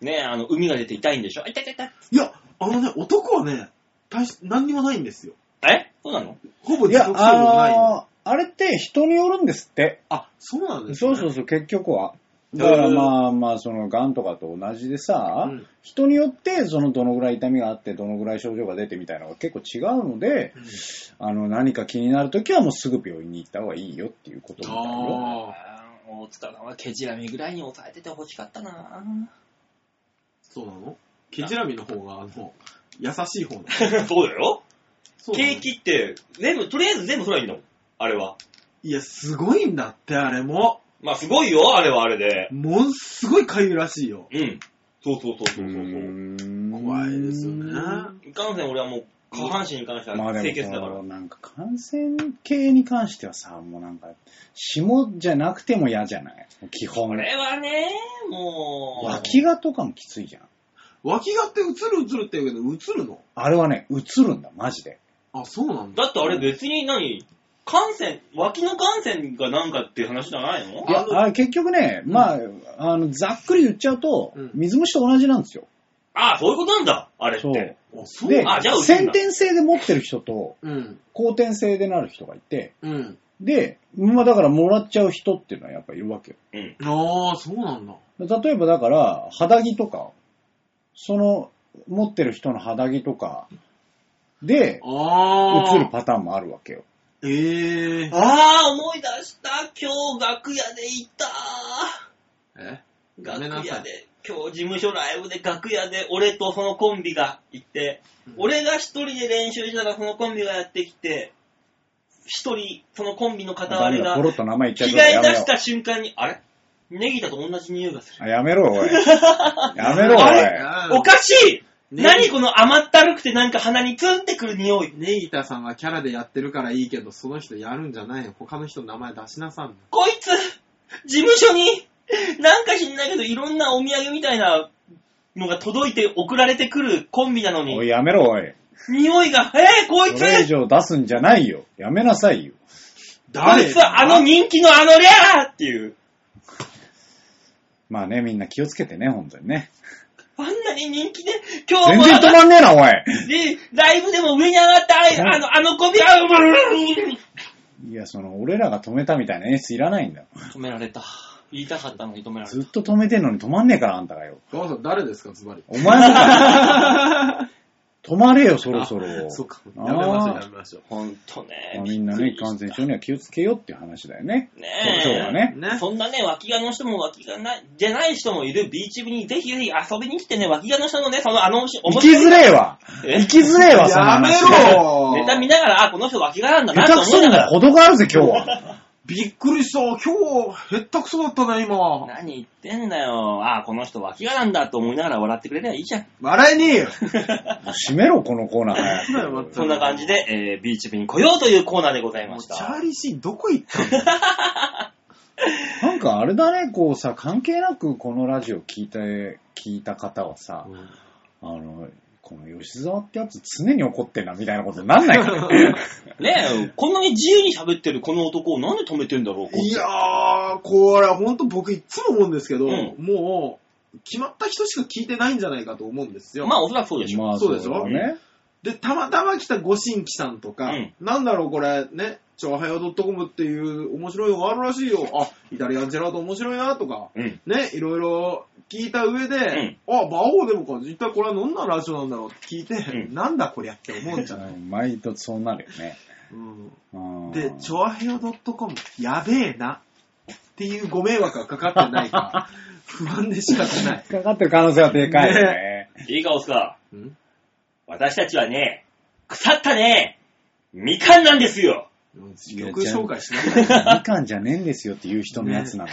A: ねえ、あの、海が出て痛いんでしょあ痛い痛い痛い。
B: いや、あのね、男はね、大し何にもないんですよ。
A: えそうなの
B: ほぼ
C: い
B: 自
C: や、
B: 覚症状ないの。
C: あの、あれって人によるんですって。
B: あ、そうなんです
C: そ
B: ね
C: うそうそう、結局は。だからまあまあ、その、癌とかと同じでさ、
B: うん
C: 人によって、その、どのぐらい痛みがあって、どのぐらい症状が出てみたいなのが結構違うので、
B: うん
C: あの、何か気になるときはもうすぐ病院に行った方がいいよっていうことみたいよ。
B: ああ、
A: あー大塚さんはケジラミぐらいに抑えててほしかったな
B: そうなのケジラミの方が、あの、優しい方な の。
A: そうだよ。
B: そうなの
A: ケーキって、全部、とりあえず全部それはいいんだもん。あれは。
B: いや、すごいんだって、あれも。
A: まあ、すごいよ、あれはあれで。
B: もんすごいかゆいらしいよ。
A: うん。そうそうそうそううそうそう。
C: ーん
B: 怖いですよね。
A: いかんせん俺はもう、下半身に関して
C: まあ
A: は
C: で
A: 清潔
C: も
A: だか
C: こ
A: ら
C: の。なんか感染系に関してはさ、もうなんか、霜じゃなくても嫌じゃない基
A: こ
C: 本。
A: れはね、もう。
C: 脇がとかもきついじゃん。
B: 脇がって映る映るって言うけど、映るの
C: あれはね、映るんだ、マジで。
B: あ、そうなんだ。
A: だってあれ別に何感染、脇の感染がなんかっていう話じゃないの
C: いや
B: あ、の
C: あ結局ね、まあ、あの、ざっくり言っちゃうと、
B: うん
C: 水虫と同じなんですよ。
A: ああ、そういうことなんだ、あれっ
C: そう。
A: て
C: で。、
B: あ、そうなんだ。
A: あじゃあ映るんだ
C: 先天性で持ってる人と、
B: うん。
C: 後天性でなる人がいて、
B: うん。
C: で、まあだからもらっちゃう人っていうのはやっぱいるわけよ。
A: うん。
B: ああ、そうなんだ。
C: 例えばだから、肌着とか、その、持ってる人の肌着とか、で、
B: ああ。
C: 映るパターンもあるわけよ。
B: ええ
A: ああ、思い出した。今日楽屋でいた。
B: えやめな
A: 楽
B: さ
A: 屋
B: い
A: で。今日事務所ライブで楽屋で俺とそのコンビが行って、
B: うん
A: 俺が一人で練習したらそのコンビがやってきて、一人、そのコンビの片割れ
C: だ
A: が
C: ポロッと名前言っ
A: 着
C: ちゃ
A: 替
C: うとや
A: え
C: め
A: 出
C: ろ
A: し。た瞬間に、あれネギだと同じ匂いがする。
C: あやめろ、おい。やめろ、お
A: あ
C: い。
A: れおかしい何この甘ったるくてなんか鼻にツンってくる匂い。
B: ネギタさんはキャラでやってるからいいけど、その人やるんじゃないよ。他の人の名前出しなさんな。
A: こいつ、事務所に、なんか知んないけど、いろんなお土産みたいなのが届いて送られてくるコンビなの
C: おい、
A: に、
C: やめろ、おい。
A: 匂いが、えー、こいつ
C: それ以上出すんじゃないよ。やめなさいよ。
A: こいつ、あの人気のあのりゃーっていう。
C: まあね、みんな気をつけてね、本当にね。
A: あんなに人気で、今日
C: 全
A: も
C: 然止まんねえな、おい。
A: で、ライブでも上に上がった、ああの、あのコンビ、あ、う
C: いや、その、俺らが止めたみたいな演出いらないんだよ。
A: 止められた。言いたかったのに止められ
C: ず
A: た。
C: っと止めてんのに止まんねえから、あんたがよ。
B: ガオさん誰ですか、ズバリ。
C: お前も止 まれよ、そろそろ。
B: そうか。や
C: あ
B: めましょう、
C: ー
B: やめましょ
A: ほんとね
C: まあ。みんな
A: び
C: ね
A: っ、くりした
C: 感染症には気をつけようっていう話だよね。
A: ねえ。
C: そうだね
B: う。ね。
A: そんなね、脇がの人も脇がない、じゃない人もいるビーチ部にぜひぜひ遊びに来てね、脇がの人のね、そのあの、面
C: 行きづ
A: い
C: れえわ。
A: え
C: 行きづれえわ、その
B: やめ
C: 話。
B: ろ
A: ネタ見ながら、あ、この人脇がなんだな
C: 下
A: と
C: 手
A: 思い
C: くそに
A: なが
C: も
A: ら。
C: 程があるぜ、今日は。
B: びっくりした。今日、へったくそだったね、
A: 何
B: 今。
A: 言ってんだよ。あ、この人脇がなんだと思いながら笑ってくれりゃいいじゃん。
B: 笑えねえよ。
C: もう閉めろ、このコーナー早く
B: そうだよまた
A: そんな感じで、えー、ビーチ部に来ようというコーナーでござい
B: も
A: ま
B: う
A: し
B: チャー
A: た。
B: リーシーンどこ行ったの
C: なんかあれだね、こうさ、関係なくこのラジオ聞いて、聞いた方はさ、あの、この吉沢ってやつ常に怒ってんな、みたいなことにな んないからね。
A: ねえ、こんなに自由に喋ってるこの男をなんで止めてんだろう、こ
B: いやー、これほんと僕いつも思うんですけど、
A: うん
B: もう、決まった人しか聞いてないんじゃないかと思うんですよ。
A: まあ、おそらくそうでしょ。
C: まあ、
B: そうでしょ
C: だね。
B: で、たまたま来たご新規さんとか、
A: うん
B: なんだろうこれね、チョアヘヨドットコムっていう面白いがあるらしいよ。あ、イタリアンジェラート面白いなとか、
A: うん。
B: ね、いろいろ聞いた上で、あ、馬王でもか、一体これはどんなラジオなんだろうって聞いて、
A: うん
B: なんだこりゃって思うんじゃない、
C: 毎度 そうなるよね。
B: うん
C: うん
B: で、チョアヘヨドットコム、やべえな。っていうご迷惑がかかってないか、不安で仕方ない。
C: かかってる可能性はでかいよね。
A: いいか、オスカー。
B: ん
A: 私たちはね、腐ったね、みかんなんですよ。
B: 曲紹介しな
C: み
B: さい。
C: かんじゃねえんですよっていう人のやつなの。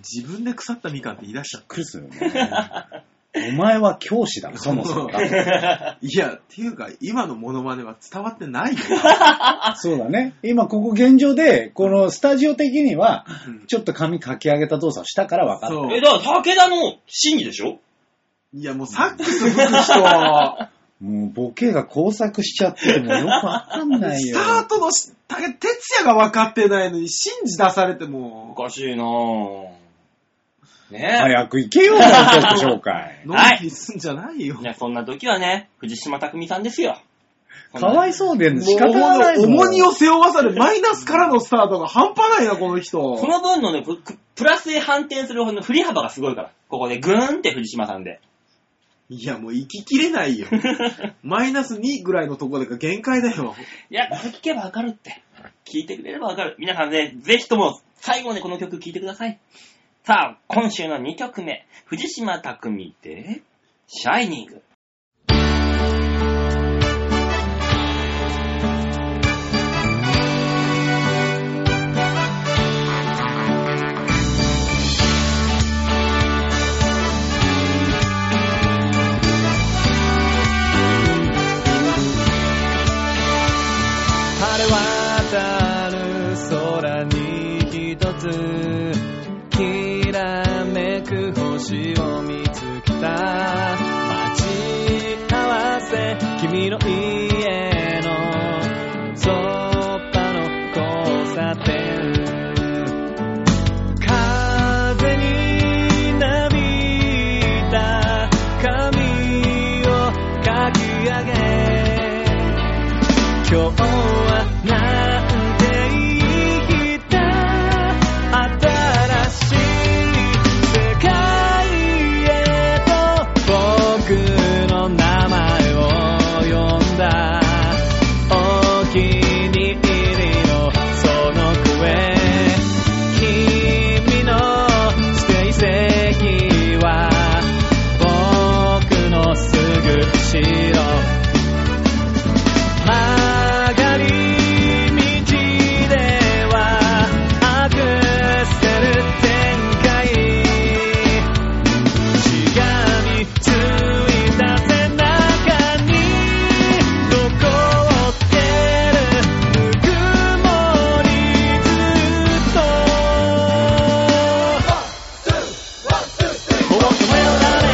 B: 自分で腐ったみかんって言い出しちゃっ
C: クズよね。お前は教師だ、そもそ もが。
B: た。いや、っていうか、今のモノマネは伝わってないよ。
C: そうだね。今ここ現状で、このスタジオ的には、ちょっと髪かき上げた動作をしたから分かった。
B: そう
A: え、。だから武田の真偽でしょ
B: いや、もうサックス吹く人、ス
C: もうボケが交錯しちゃっててもうよくわかんない よ
B: タ。ートのし、たけ、哲也が分かってないのに、信じ出されても
A: お、かしいなぁ。ね
C: 早く行けよ、もう自己 紹介。
B: のんきにすんじゃないよ
A: え。い。や、そんな時はね、藤島匠さんですよ。
C: かわいそうで
B: もう
C: 仕方がないと思う
B: 重荷を背負わされ、マイナスからのスタートが半端ないな、この人。
A: この分のね、ププラスで反転する方の振り幅がすごいから。ここでグーンって藤島さんで。
B: いや、もう行ききれない よ。マイナス2ぐらいのところが限界だよ。
A: いや、これ聞けばわかるって。聞いてくれればわかる。皆さんね、ぜひとも最後までこの曲聴いてください。さあ、今週の2曲目、藤島匠で、シャイニング。
D: 晴れ渡る空に一つきらめく星を見つけた待ち合わせ君の家のそばの交差点風になびいた髪をかき上げ今日はなんていい日だ新しい世界へと僕の名前を呼んだお気に入りのその声君の指定席は僕のすぐ後ろ曲がり道ではアクセル展開しがみついた背中に残ってるぬくもりずっと求められない泣かないほど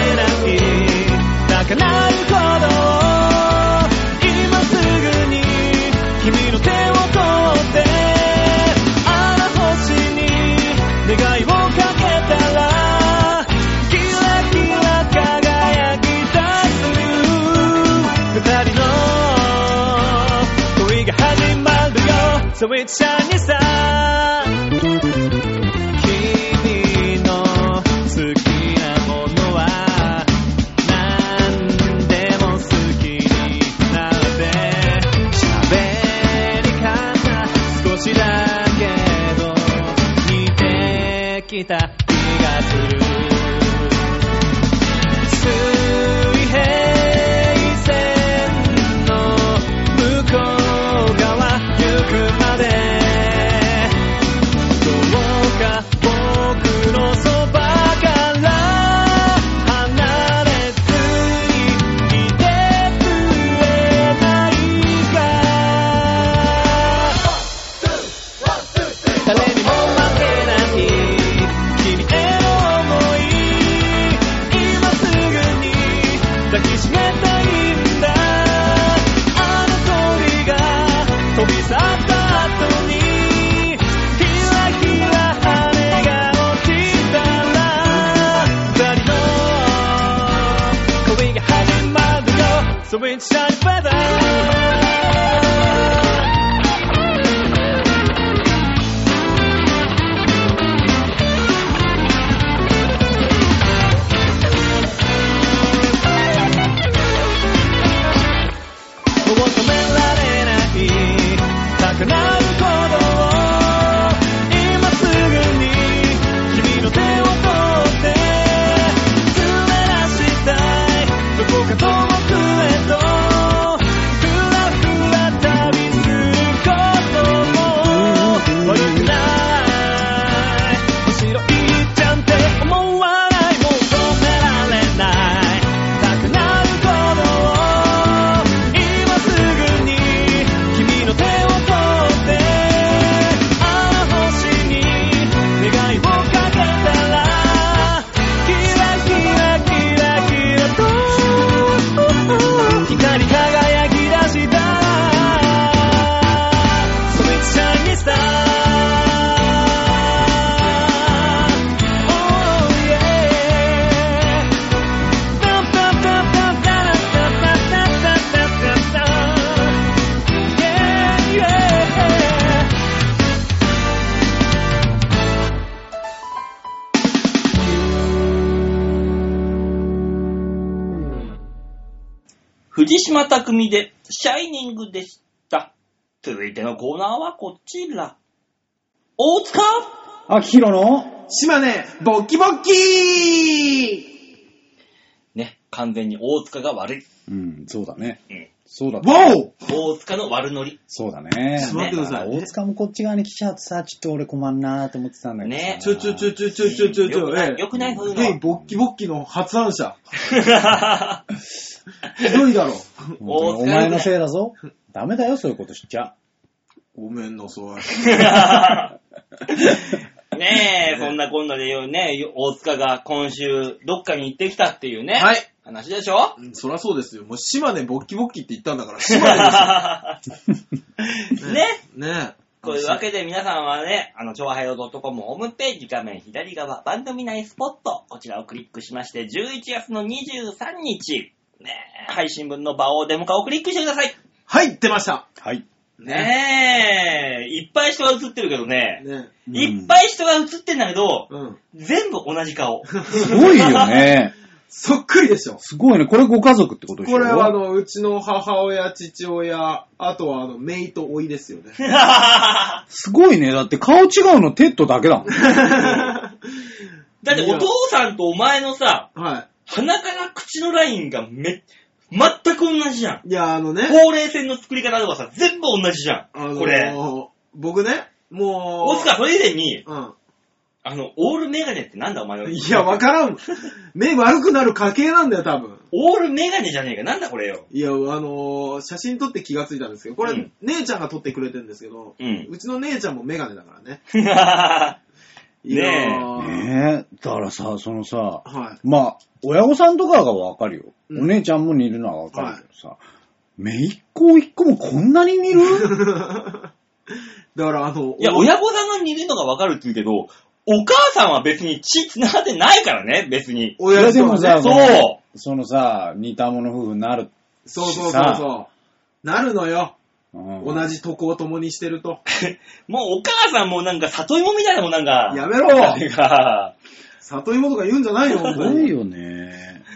D: 今すぐに君の手を取ってあら星に願いをかけたらキラキラ輝き出す二人の恋が始まるよ So it's shiny sun 君の好きなものは何でも好きになって喋り方少しだけど似てきた気がする水平線の向こう側行くまでどうか僕のそばから離れずにいてくれないか誰にも負けない君への想い今すぐに抱きしめたいんだあの鳥が飛び去った後にひらひら羽が落ちたら二人の恋が始まるよ So it's shiny weather
A: 藤島匠で、シャイニングでした。続いてのコーナーはこちら。大塚
C: あきひろの
B: 島根、ボッキボッキー
A: ね、完全に大塚が悪い。
C: うん、そうだね。
A: うん
C: そうだね。
B: わお
A: 大塚の悪ノリ。
C: そうだね。
B: ちょっと待ってください
C: 大塚もこっち側に来ちゃうとさ、ちょっと俺困んなーと思ってたんだけどさ。
A: ね
B: ちょちょちょちょちょちょちょち
A: よく
B: ょ、
A: ない
B: ええ
A: よくないそういうのは
B: ヘイ、ボッキボッキの発案者。ひどいだろ。
C: 本当にお前のせいだぞ。ダメだよ、そういうことしちゃ。
B: ごめんなさい。
A: ねえ、そんなこんなで言うね、大塚が今週どっかに行ってきたっていうね、
B: はい。
A: 話でしょ
B: うんそりゃそうですよ。もう島根ボッキボッキって言ったんだから、島根ですよ
A: ね。
B: ねえ。
A: というわけで皆さんはね、あの、超配ドットコムホームページ画面左側、番組内スポット、こちらをクリックしまして、11月の23日、ねえ、配信分の場をデモ化をクリックしてください。
B: はい、出ました。
C: はい。
A: ねえ、いっぱい人が映ってるけどね、
B: ね
C: うん
A: いっぱい人が映ってんだけど、
B: うん。
A: 全部同じ 顔。
C: すごいよね。
B: そっくりでしょ。
C: すごいね。これご家族ってことでしょ
B: これはあの、うちの母親、父親、あとはあの、メイとおいですよ ね。
A: だ
C: すごいね。だって顔違うのテッドだけだもん。
A: ってお父さんとお前のさ、
B: は
A: 鼻から口のラインがめ、全く同じじゃん。
B: い。いや、あのね、
A: ほうれい線の作り方とかさ、全部同じじゃん。
B: あのー
A: これ。
B: 僕ね、も
A: 大
B: う、
A: 塚、それ以前に、
B: う
A: あの、オールメガネってなんだお前の。
B: ん。いや、わか らん。目悪くなる家系なんだよ、多分。
A: オールメガネじゃねえか。なんだこれよ。
B: いや、あのー写真撮って気がついたんですけど、これ、
A: うん
B: 姉ちゃんが撮ってくれてるんですけど、
A: うん。
B: うちの姉ちゃんもメガネだからね。
A: ねえ
B: え。
C: ねえ。だからさ、そのさ、
B: はい。
C: まあ、親御さんとかがわかるよ。
B: うん
C: お姉ちゃんも似るのはわかるけどさ、めいっ子一個もこんなに似る
B: だから、あの、
A: いや、
B: お
A: 親御さんが似るのがわかるって言うけど、お母さんは別に血繋がってないからね、別に。
C: いや
B: 親
C: で
B: 父
C: も
B: も
C: さ、
B: ね、
A: そう
C: のそのさ、似た者夫婦になる。
B: そうそうそう
C: さ
B: そう。なるのよ。
C: うん
B: 同じ床を共にしてると。
A: もうお母さんもなんか里芋みたいなもんなんか。
B: やめろ
A: なんか
B: 里芋とか言うんじゃないよ、本
C: す
B: 当
C: ごい
B: に。
C: よね。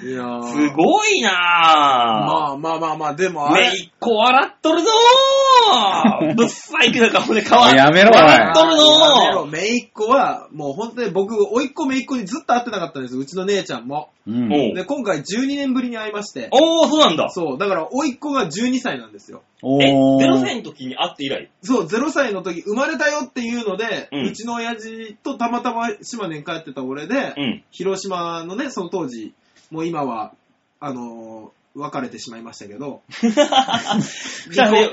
B: いやー
A: すごいな
B: まあまあまあまあ、でも
A: ぁ。
B: あ
A: め
B: れ、
A: いっ子笑っとるぞーぶっさいくな顔で変わ
C: やめろおい
A: 笑っとるぞー
B: やめろめいっ子は、もう本当に僕、おいっ子めいっ子にずっと会ってなかったんです、うちの姉ちゃんも。
C: うん。
A: おう
B: で、今回12年ぶりに会いまして。
A: おー、そうなんだ。
B: そう、だから、おいっ子が12歳なんですよ。
C: お
A: え、
C: ー
A: 0歳の時に会って以来。
B: そう、0歳の時、生まれたよっていうので、
A: う
B: うんちの親父とたまたま島根に帰ってた俺で、
A: うん。
B: 広島のね、その当時、もう今は、あのー別れてしまいましたけど、 離婚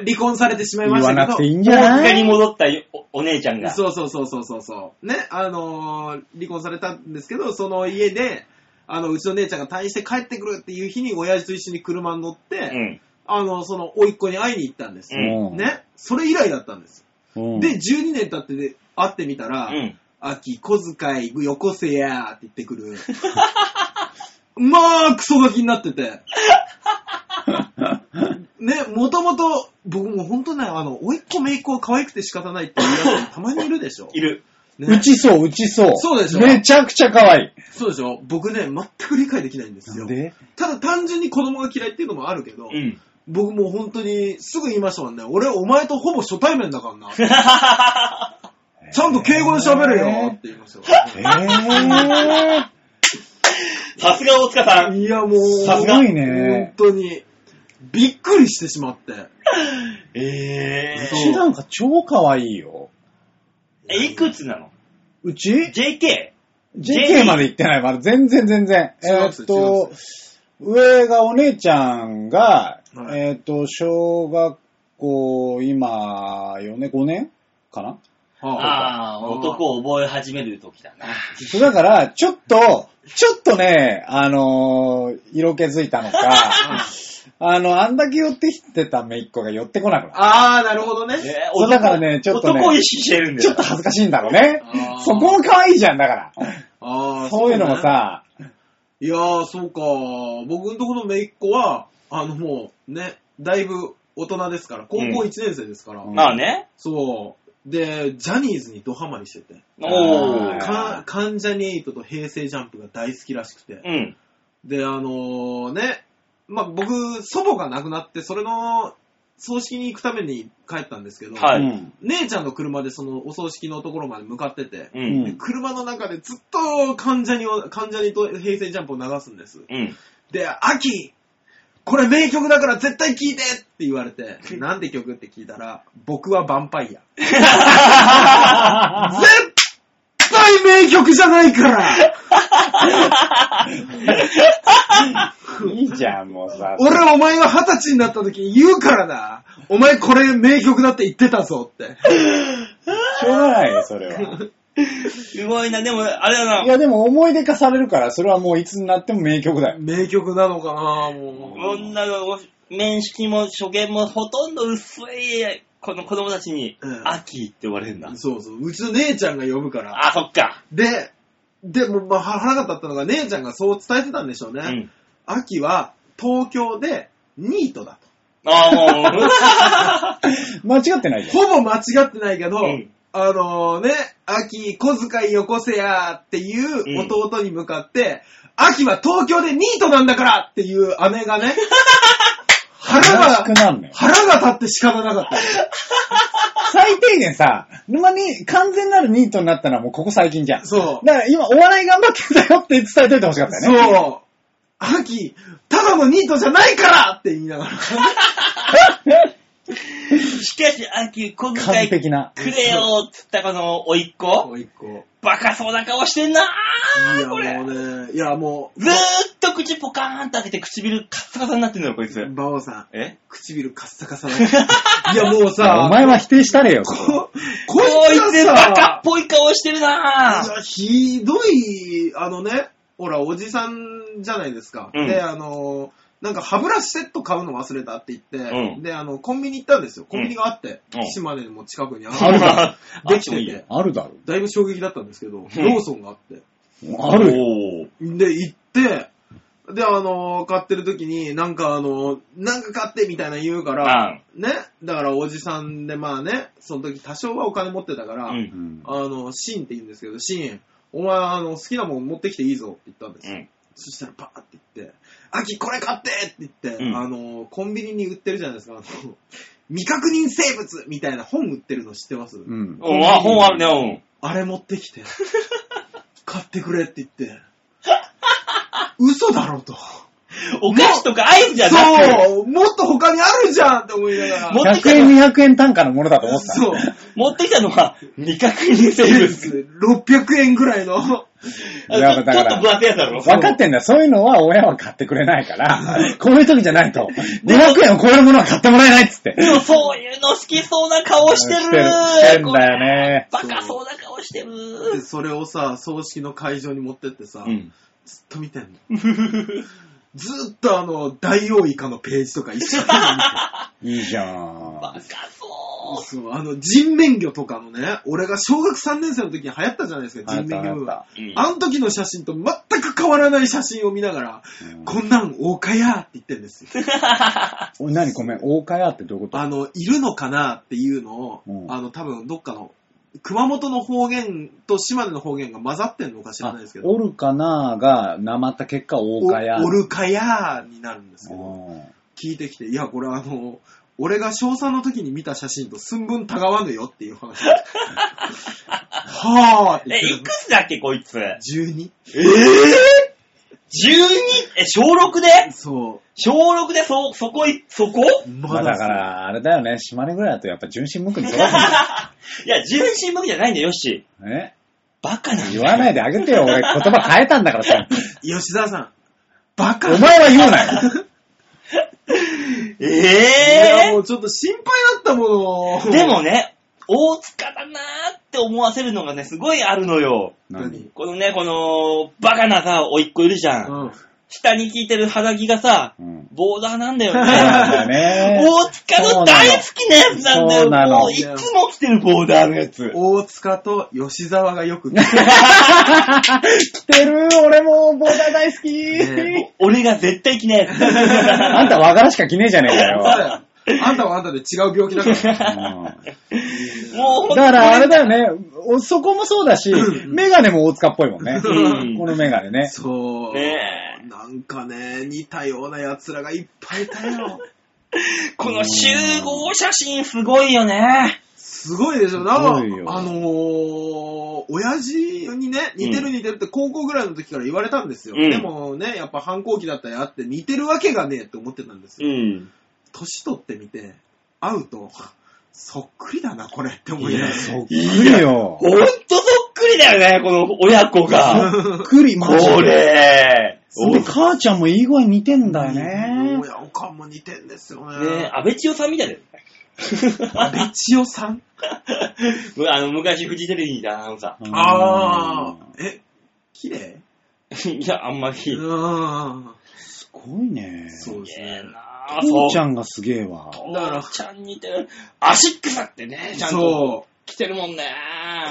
B: 離婚されてしまい
C: 言
B: ましたけ
C: わ
B: ど、
C: なくていいんじゃ
A: 大
C: な
A: 塚に
C: い
A: 戻ったおお姉ちゃんが。
B: そうそうそうそうそうそう。ね、あのー離婚されたんですけど、その家で、あの、うちの姉ちゃんが退院して帰ってくるっていう日に、親父と一緒に車に乗って、
A: うん。
B: あの、その、甥っ子に会いに行ったんです。
A: うん
B: ね。それ以来だったんです。
C: うん
B: で、12年経ってで会ってみた
A: う
B: ら、
A: ん。
B: 秋、小遣い、よこせやーって言ってくる。 まあ、クソガキになってて。ね、もともと、僕も本当ね、あの、甥っ子、姪っ子、可愛くて仕方ないっていうやつたまにいるでしょ。
A: いる。
B: ね
C: 打ちそう、打ちそう。
B: そうでしょ
C: めちゃくちゃ可愛
B: そうでしょ僕ね、全く理解できないんで
C: い。
B: すよ。
C: で
B: ただ単純に子供が嫌いっていうのもあるけど、
A: うん。
B: 僕もう本当にすぐ言いましたもんね。俺、お前とほぼ初対面だからな。ちゃんと敬語で喋れよって言いましたから
C: えー、
A: さすが大塚さん。
B: ね。いや、もう、
A: さすが
C: いね
B: 本当に、びっくりしてしまって。
A: え
C: う
B: そう
C: ちなんか超可愛いよ。
A: え、いくつなの
C: うち
A: ?JK? J-
C: ?JK まで行ってない、まだ全然全然。え
B: 違う
C: ー
B: んで
C: っ
B: す
C: と、上がお姉ちゃんが、
B: はい
C: えーっと、小学校、今、4年、5年かな
A: ああ、男を覚え始める時だな。
C: そうだから、ちょっと、ちょっとね、あのー色気づいたのか、あの、あんだけ寄ってきてためいっ子が寄ってこなくなった。
B: あー、なるほどね。
A: え
C: そうだからねちょっとね
A: 男意識してるんだ
C: ちょ
A: よ
C: っと。恥ずかしいんだろうね
B: あー。
C: そこも可愛いじゃん、だから。
B: あー
C: そういうのも
B: ね
C: さ、
B: いやー、そうか。僕のところの姪っ子は、あのもう、ね、だいぶ大人ですから、高校1年生ですから。
C: うん
A: まあね。
B: そう。で、ジャニーズにドハマりしてて。
A: お
C: あ
A: ー。
C: ー
B: か関ジャニエイトと平成ジャンプが大好きらしくて。
A: うん。
B: で、あのーね、まあ僕、祖母が亡くなって、それの葬式に行くために帰ったんですけど、
A: はい
C: うん。
B: 姉ちゃんの車でそのお葬式のところまで向かってて、
A: う
C: うん
A: ん。
B: で車の中でずっと関ジャニを、関ジャニと平成ジャンプを流すんです。
A: うん。
B: で、秋これ名曲だから絶対聴いてって言わ れて、なんて曲って聞いたら、僕はヴァンパイア。絶対名曲じゃないから
C: いいじゃん、もうさ。
B: 俺お前が二十歳になった時に言うからなお前これ名曲だって言ってた ぞって。
C: しょうがないよ、それは。
A: すごいな、でも、あれだ
C: い
A: な。
C: や、でも思い出化されるから、それはもういつになっても名曲だよ。
B: 名曲なのかなも
A: 女がお面識も初見もほとんど薄い、この子供たちに
B: う、ん
A: 秋って言われるんだ
B: う。。そうそう。うちの姉ちゃんが呼ぶから。
A: あ、そっか。
B: で、で、もうまあ腹が立ったのが姉ちゃんがそう伝えてたんでしょうね。
A: うん。
B: 秋は東京でニートだ
A: ああ、もう。
C: 間違ってない
B: と。
C: よ。
B: ほぼ間違ってないけど、
A: うん
B: あのね、秋小遣いよこせやっていう
A: うん
B: 弟に向かって、秋は東京でニートなんだからっていう 姉がね、腹
C: 悲しく
B: が、
C: なんのよ。
B: 腹が立って仕方なかった。
C: 最低限さ、沼に完全なるニートになったのはもうここ最近じゃん。
B: そう。
C: だから今、お笑い頑張ってんだよって伝えといてほしかったよね。
B: そう。秋、ただのニートじゃないからって言いながら。
A: しかし、秋、小遣
C: 完
A: い
C: 璧な。
A: くれよっつったこの、甥いっ
B: も
A: 子
B: う一個。
A: バカそうな顔してんないー
B: や、も
A: こ
B: う
A: れ。
B: ね、いや、もう、
A: ずーっと口ポカーンって開けて唇カッサカサになってんのよ、こいつ。
B: 馬王さん、
A: え
B: 唇カッサカサだ けどいや、もうさ、
C: お前は否定したれよ。
B: こ、
A: こ
B: こい
A: い
B: つ
A: つバ
B: が
A: カ
B: さ
A: っ、ぽい顔してるないー
B: や、ひどい、あのね、ほら、おじさんじゃないですか。
A: うん
B: で、あの、なんか歯ブラシセット買うの忘れたって言って、
A: うん
B: で、あの、コンビニ行ったんですよ。コンビニがあって、
A: うん
B: 島根にも近くにあ
C: あるから
A: あ
B: でき
A: あっても
B: てて
A: いいよ
C: あるだろ。
B: だいぶ衝撃だったんですけど、ローソンがあって。
C: あるよ。
A: よ。
B: で、行って、で、あの、買ってる時に、なんかあの、なんか買ってみたいな言うから、
A: あ
B: ね、だからおじさんでまあね、その時多少はお金持ってたから、
A: あ。う。
C: うんん
B: あの、シーンって言うんですけど、シーン、お前あの、好きなもん持ってきていいぞって言ったんです
A: う
B: よ。
A: ん。
B: そしたらパーって言って、秋これ買ってって言って、
A: うん
B: あの、コンビニに売ってるじゃないですか、あの、未確認生物みたいな本売ってるの知ってます、
C: うん。
A: おあ、本あるね、
B: あれ持ってき て、買ってくれって言って、嘘だろと。
A: うん。お菓子とかアイスじゃなくて、
B: そうもっと他にあるじゃんって思いながら。
A: も持ってきた
C: 100
A: の
C: 円、200円単価のものだと思ってた。
B: そう。
A: 持ってきたのは未確認生
B: で
A: 物。
B: す。600円ぐらいの。
A: あ
C: いやだ
A: ちょ
C: か
A: ちょっ
C: ら
A: と分厚いやつだろ。
C: 分かってんだよ。そういうのは親は買ってくれないから、こういう時じゃないと。500円を超えるものは買ってもらえないっつって。
A: でもそういうの好きそうな顔してる
C: してるんだよね。
A: バカそうな顔してる
B: で、それをさ、葬式の会場に持ってってさ、
A: うん。
B: ずっと見てんの。ずっとあの、大王イカのページとか一緒に見て
C: いいじゃ
A: バカ
C: ん。
A: そ
B: そう、あの、人面魚とかのね、俺が小学3年生の時に流行ったじゃないですか、人面魚ブーム
C: あ
B: が。
A: う。うん
B: あの時の写真と全く変わらない写真を見ながら、
C: うん
B: こんなん、大かやって言ってんですよ。
C: お何ごめん、大川屋ってどういうこと
B: あの、いるのかなっていうのを、
C: うん
B: あの、多分どっかの、熊本の方言と島根の方言が混ざってんのか知らないですけど、
C: おるかなーが、なまった結果、大川屋。
B: おおるかやーになるんですけど、
C: うん
B: 聞いてきて、いや、これあの、俺が小3の時に見た写真と寸分たがわぬよっていう話。はぁーって
A: え、
B: 言
A: い
B: っ
A: く
B: て
A: つだっけ、こいつ。え
B: 12?
A: ぇ、ー、?12? え、小6で
B: そ
A: 小6でそ、そこい、そ こ
B: う。
C: まあ
B: ま
C: だ
B: だか
C: か、
B: ら
C: あれだよね、島根ぐらいだとやっぱ純真無垢に育つんだ
A: いや、純真無理じゃないんだよ、よし。
C: よ。ね
A: バカなんだ
C: 言
A: よ。
C: わないであげてよ、俺言葉変えたんだからさ。
B: 吉沢さん、バカ
C: お前は言うなよ。
B: いや、
A: え
B: もうちょっと心配だったも
A: ー、
B: の。
A: でもね、大塚だなーって思わせるのがね、すごいあるのよ。
B: 何、
A: このね、この、バカなさ、おいっ子いるじゃん。
B: うん、
A: 下に効いてる肌着がさ、
C: うん。
A: ボーダーなんだよ
C: そうなん
A: ね。
C: だよね。
A: 大塚の大好きなやつなんだ
C: そうな
A: よ。
C: の
A: もういつも着てるボーダーのやつ。
B: 大塚と吉沢がよく来 て
C: 来てる、俺もボーダー大好き。
B: ね
A: 俺が絶対着ないやつ。
C: あんた和柄しか着ねえじゃねえかよ。
B: あんたはあんたで違う病気だ から。
C: うん
A: もうほんと
C: だからあれだよね、おそこもそうだし、メガネも大塚っぽいもんね。
A: うん
C: このメガネね。
B: そう。
A: ねね。
B: なんかね、似たような奴らがいっぱいいたよ。
A: この集合写真すごいよね。
B: すごいでしょ。なんか、あ
C: すごいよ
B: のー、親父にね、似てる似てるって高校ぐらいの時から言われたんですよ。
A: うん
B: でもね、やっぱ反抗期だったらあって似てるわけがねえって思ってたんですよ。
A: ん。
B: 年取ってみて、会うと、そっくりだな、これって思い
A: い
B: な
A: や
B: がら。
C: そ っくりよ。
A: ほんとそっくりだよね、この親子が。
C: そっくり、マジ
A: こ
C: で。
A: れ。
C: そう母ちゃんもいい声似てんだよ
B: うん
C: ね。
B: 親おかんも似てんですよ
A: ね
B: ね。
A: 安倍千代さんみたいだよね。
B: 安倍千代さん
A: あの、昔フジテレビにいたアナウンサ
B: ああ、え、綺麗
A: ー。いや、あんまり。
B: うーん。
C: ー。すごいね。
B: そうです
A: すげえ
B: ね。
A: な
C: 父ちゃ
A: ん。
C: んがすげえわ。
A: だから、父ちゃん似てる。アシックスだってね、ちゃんと
B: そう。
A: 来てるもんね。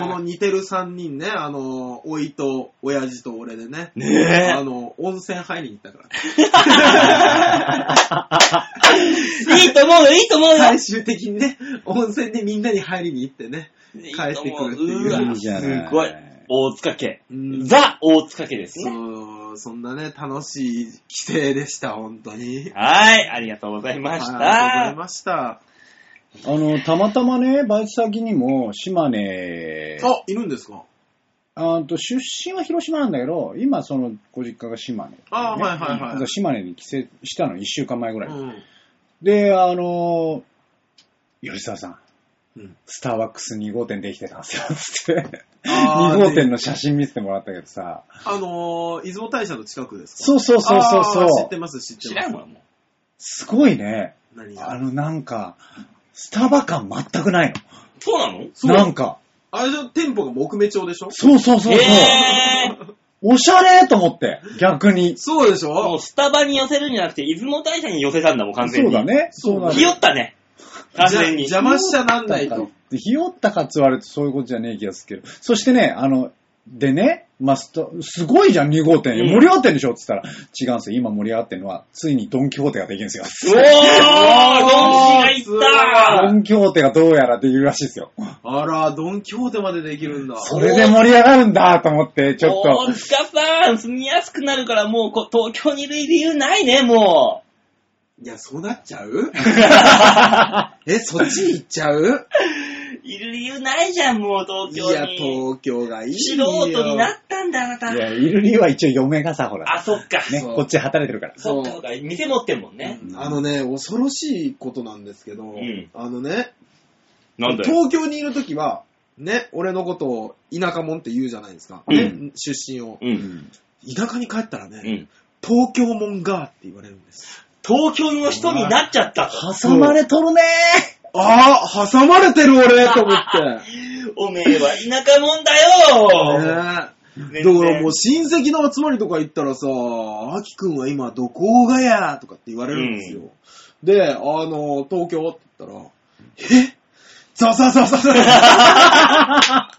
B: この似てる3人ね、あの、おいと、親父と俺でね。
A: ね
B: あの、温泉入りに行ったから。
A: え。いいと思うよ、いいと思うよ。
B: 最終的にね、温泉でみんなに入りに行ってね。
A: いい
B: 帰ってくるって
A: と思
B: いう
A: うわ
C: いいじゃない
A: すごい。大塚家。
B: うん
A: ザ大塚家ですね。
B: そう、そんなね、楽しい帰省でした、本当に。
A: はい、ありがとうございまし
B: はいありがとうござい
A: た。
B: ました。
C: あの、たまたまね、バイト先にも、島根、
B: あ、いるんですか
C: あと出身は広島なんだけど、今そのご実家が島根、
B: あーはいはいはい
C: だから島根に帰省したの1週間前ぐらい。
B: うん。
C: で、あのー、吉沢さん、
B: うん
C: スターバックス2号店できてたんですよ、つって。
B: あー
C: 2号店の写真見せてもらったけどさ。
B: あのー、出雲大社の近くですか
C: そうそうそうそう
B: あ
C: そ
B: ー
C: う。
B: 知ってます、知って
A: 知
B: ます。
A: らんわ、も
C: すごいね。
B: 何
C: あ
B: が
C: の、なんか、スタバ感全くな
A: う
C: い
A: ん。そうなの
B: そう
C: の。なんか、
B: あれじゃ、店舗が木目町でしょ
C: そうそうそうそう。
A: へー
C: おしゃれと思って、逆に。
B: そうでし
A: も
B: ょ
A: うスタバに寄せるんじゃなくて、出雲大社に寄せたんだもん、完全
C: そう
A: に。
C: だ。ね。そうだ
A: ひよ
C: ね。
A: ったね。完全に。
B: じゃ邪魔しちゃなんないと。
C: ひよったかって言われるとそういうことじゃねえ気がするけど。そしてね、あの、でね、まあ、スタすごいじゃん、2号店。
A: うん
C: 盛り上がってんでしょって言ったら、違うんですよ。今盛り上がってんのは、ついにドンキホーテができるんですよ。
A: おードンキがいっ
C: ド
A: た
C: ンキホーテがどうやらできるらしいですよ。
B: あら、ドンキホーテまでできるんだ。
C: それで盛り上がるんだと思って、ちょっ
A: 大
C: と。
A: 塚さん、住みやすくなるからもうこ東京にいる理由ないね、も
B: いや、そうなっちゃ うえ、そっち行っちゃう
A: う。いる理由ないじゃん、もう東
B: い
A: 京
B: や、
A: に。
B: 東京がいいよ。
A: 素人になったんだ、あなた
C: い。や、いる理由は一応嫁がさ、ほら
A: あ、、そっか。
C: ね、
B: そう
C: こっちで働いてるから。
A: そっか、そっか。店持ってんもんね。
B: あのね、恐ろしいことなんですけど、
A: ん
B: あのね、
A: なんだよ。
B: 東京にいるときは、ね、俺のことを田舎もんって言うじゃないですか。
A: うん
B: ね出身を。
A: うん。
B: 田舎に帰ったら
A: う
B: ね、
A: ん。
B: 東京もんがーって言われるんです。
A: 東京の人になっちゃった。
C: 挟まれとるね
B: ああ、挟まれてる俺と 思って。
A: おめえは田舎もんだよ
B: ね
A: 全
B: だ
A: 然
B: からもう親戚の集まりとか行ったらさ、あきくんは今どこがやとかって言われるんですよ。で、あの、東京って言ったら、えザザザ ザザ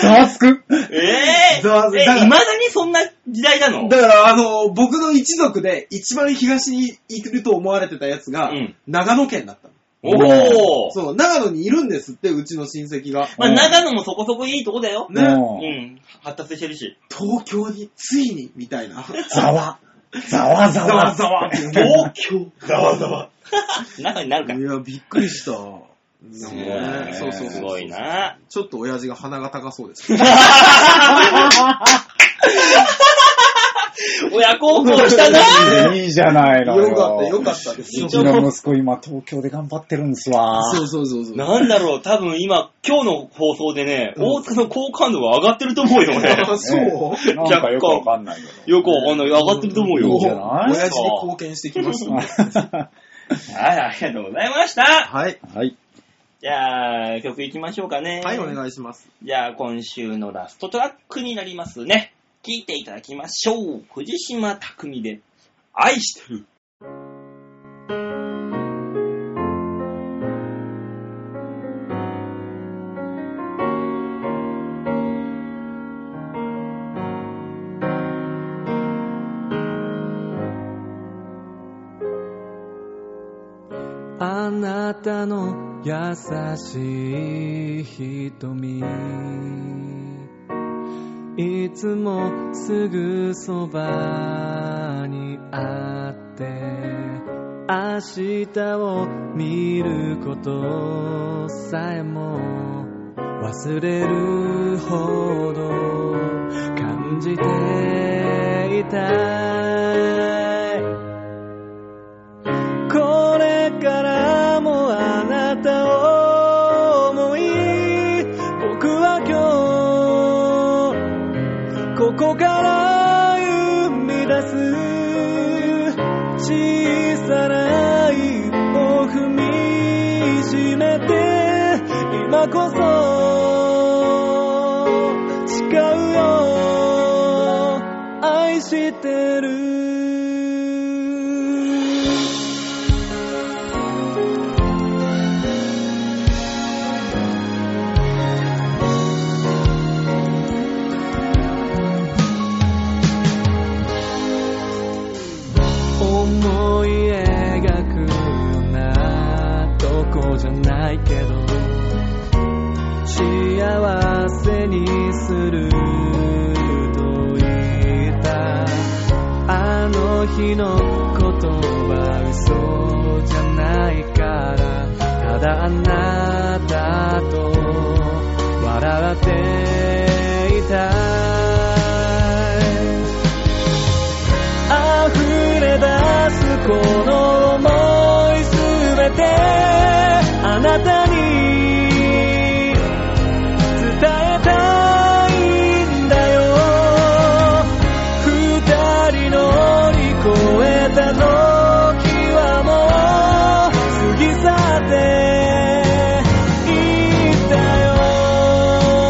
C: ざわつく
A: えぇ、
B: だ
A: ー、え、
B: だ
A: 未だにそんな時代なの
B: だからあの、僕の一族で一番東にいると思われてたやつが、
A: うん
B: 長野県だったの。
A: おー
B: そう、長野にいるんですって、うちの親戚が。
A: まあ、長野もそこそこいいとこだよ。
B: ね
A: う。
C: もうん
A: 発達してるし。
B: 東京についに、みたいな。
C: ざわ。ざわざ
B: ザワ
C: わ。
B: ザワって
A: 東
B: 京
A: ざわざわ。中になるか
B: い。や、びっくりした。
A: すごい
B: なんか
A: ね。
B: ねそうそうそう
A: すごいな。
B: ちょっと親父が鼻が高そう です。
A: 親孝行したな
C: いいじゃないのよ。
B: よかった、よかったです。
C: うちの息子今東京で頑張ってるんですわ。
B: そうそうそうそ う。
A: なんだろう、多分今、今日の放送でね、
B: うん
A: 大塚の好感度が上がってると思うよ ね。
B: あそう
C: ねなんかよくわかんないけど。
A: よくわかんない。上がってると思うよ。
C: いいじゃ
A: は
C: ない
B: 親父に貢献してきましたね。
A: い、ありがとうございました。
B: はい。
C: はい。
A: じゃあ、曲いきましょうかね。
B: はい、お願いします。
A: じゃあ、今週のラストトラックになりますね。聴いていただきましょう。藤島匠で、愛してる。
D: あなたの優しい瞳いつもすぐそばにあって明日を見ることさえも忘れるほど感じていたいこれからもあなたを思い僕は今日ここから生み出す小さな一歩踏みしめて今こそ誓うよ愛してる思い描くようなとこじゃないけど幸せにすると言ったあの日のことは嘘じゃないからただあなたと笑っていたい溢れ出すこの想いすべてあなたに伝えたいんだよ二人乗り越えた時はもう過ぎ去っていったよ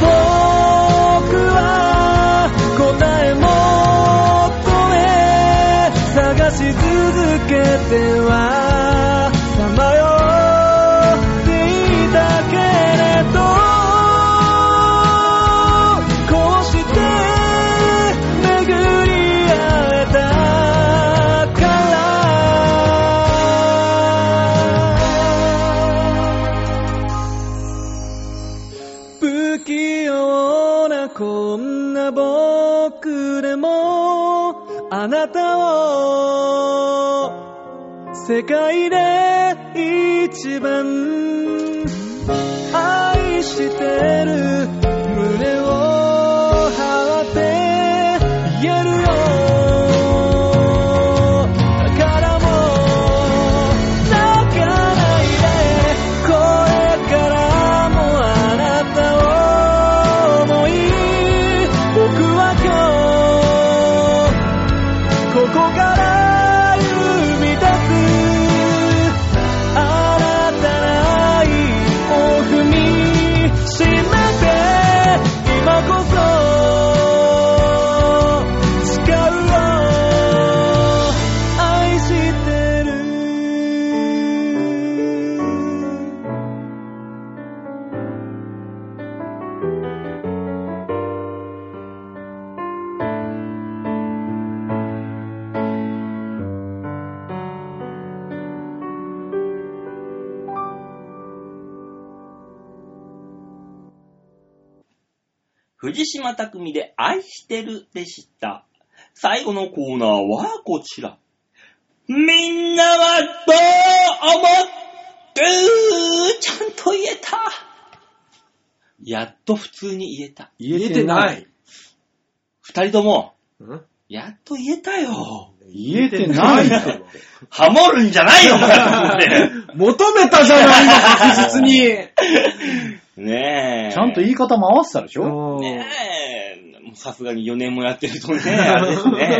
D: 僕は答え求め探し続けてはさまよっていたけれどこうして巡り合えたから不器用なこんな僕でもあなたを世界で一番愛してる胸を張って言えるよだからもう泣かないでこれからもあなたを思い僕は今日ここから歩み出す新たな一歩踏みしめて今こそ誓うよ愛してる
A: 藤島匠で愛してるでした。最後のコーナーはこちら。みんなはどう思ってるちゃんと言えたやっと普通に言えた。
B: 言えてない。
A: 二人とも、
B: ん
A: やっと言えたよ。
C: 言えてない
B: 言え
C: よ
B: てないよ
A: ハモるんじゃないよ、ほらって
B: 求めたじゃないの、確実に。
A: ねえ。
C: ちゃんと言い方回してたでし ょ
A: ねえ。もうさすがに4年もやってるとね、あれですね。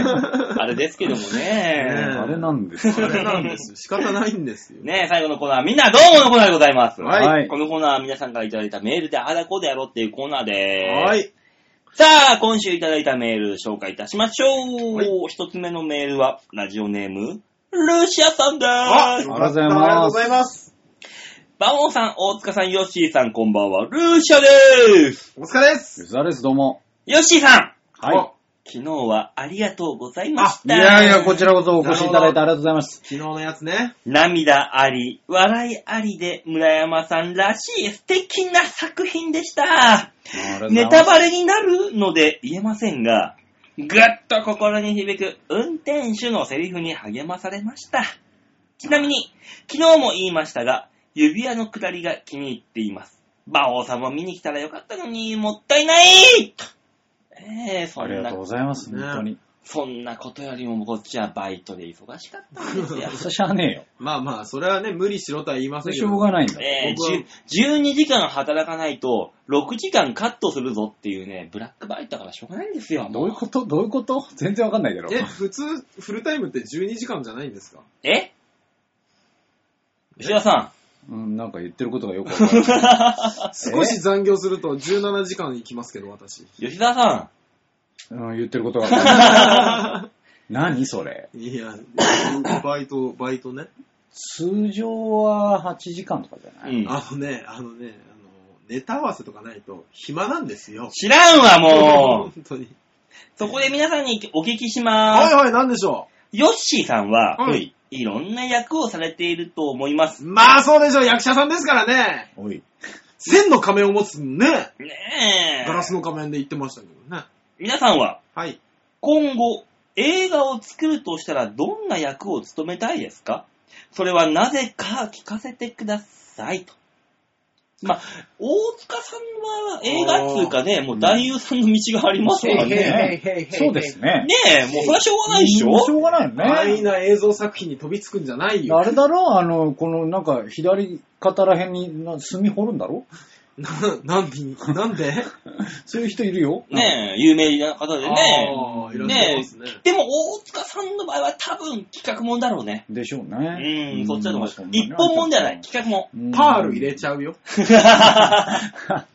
A: あれですけどもね
B: ねえ
C: あれなんです
B: そ
C: よ。
B: れなんですよ。仕方ないんですよ。
A: ねえ、最後のコーナー、みんなどうものコーナーでございます。
B: はい
C: はい
A: このコーナーは皆さんからいただいたメールであだこうでやろうっていうコーナーでーす。
B: はい。
A: さあ、今週いただいたメール紹介いたしましょう。
B: はい
A: 一つ目のメールは、ラジオネーム、ルシアさんで
B: あ、
A: ーす。
B: よ
C: あ
B: かった
C: ありがとうございま
B: あ
C: す
B: りがとうございます。
A: バオさん、大塚さん、ヨッシーさん、こんばんは。ルシアでーす。
B: お疲れです。
C: 吉沢です、どうも。
A: ヨッシーさん、
C: はい。
B: お
A: 昨日はありがとうございまし
C: い
A: た。
C: やいや、こちらこそお越しいただいてありがとうございます。
B: 昨日のやつね。
A: 涙あり、笑いありで村山さんらしい素敵な作品でした。ネタバレになるので言えませんが、ぐっと心に響く運転手のセリフに励まされました。ちなみに、昨日も言いましたが、指輪の下りが気に入っています。馬王さんも見に来たらよかったのに、もったいないとええそ
C: あり
A: んな
C: がとう、ございます、本当に。
A: そんなことよりもこっちはバイトで忙しかったんですよ。
C: そしゃあねえよ。
B: まあまあ、それはね、無理しろとは言いませ
C: そ
B: ん
C: れ
B: け
C: し
B: ど。
C: ょうがないんだ。
A: え
B: 僕は
A: ー、10 12時間働かないと、6時間カットするぞっていうね、ブラックバイトだからしょうがないんですよ。
C: どういう
A: も
C: ことどういうこと全然わかんないけど。
B: え、普通、フルタイムって12時間じゃないんですか
A: え吉田さ
C: うん、なんか言ってることがよくわかんない。
B: 少し残業すると17時間いきますけど、私。
A: ん、吉田さ
C: うん、言ってることがわかん ない。何それ
B: いや、バイト、バイトね。
C: 通常は8時間とかじゃ
A: ん、
C: な
A: う
C: い、
A: ん、
B: あのね、あのね、あの、ネタ合わせとかないと暇なんですよ。
A: 知らんわ、もう。
B: 本当に。
A: そこで皆さんにお聞きしまー
B: は
A: す。
B: いはい、なんでしょ
A: ヨッシーさんは、
B: はい
A: いろんな役をされていると思います。
B: う。まあそうでしょう、役者さんですからね。
C: おい。
B: 千の仮面を持つね。
A: ねえ。
B: ガラスの仮面で言ってましたけどね。
A: 皆さんは、
B: はい。
A: 今後、映画を作るとしたらどんな役を務めたいですかそれはなぜか聞かせてくださいと。まあ、大塚さんは映画っていうかね、もう男優さんの道がありますから
C: そう
A: ね。
C: ね。そうですね。
A: ねえ、もうそれはしょうがないでしょ
C: うんしょうがないよね。
B: 安易な映像作品に飛びつくんじゃないよ
C: あ。れだろあの、このなんか左肩らへんにな墨掘るんだろ
B: な、なんで、なんで
C: そういう人いるよ。
A: ねえ、有名な方でね。
B: あーいらっしゃいますね。
A: でも大塚さんの場合は多分企画もんだろうね。
C: でしょう
A: う
C: ね。
A: ん、そっちだと思います
C: う。ん
A: 一本もんではない、。企画もん。
B: パール入れ
C: ゃ
B: ちゃうよ。
C: う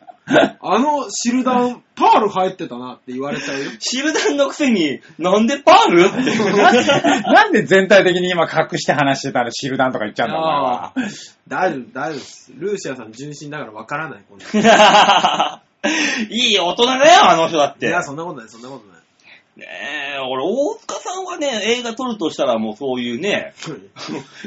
B: あのシルダー、パール入ってたなって言われちゃうよ。
A: シルダンのくせに、なんでパールって。
C: ん。 なんで全体的に今隠して話してたら汁弾とか言っちゃうんだろうな
B: あー大丈夫、大丈夫です。ルーシアさん純真だからわからない、こんな
A: いい大人だよ、あの人だっ
B: い
A: て。
B: や、そんなことない、そんな ことない。
A: ねえ、俺、大塚さんはね、映画撮るとしたらもうそういうね、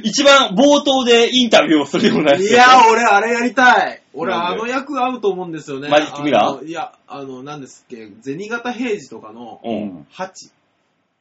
B: い
A: 一番冒頭でインタビューをするようなやつ。
B: や、俺、あれやりたい。俺、
A: なんで
B: あの役合うと思うんですよね。
A: マジックミラー
B: あのいや、あの、なんですっけ、銭形平次とかの、
A: う。
C: うん ん。
B: 八。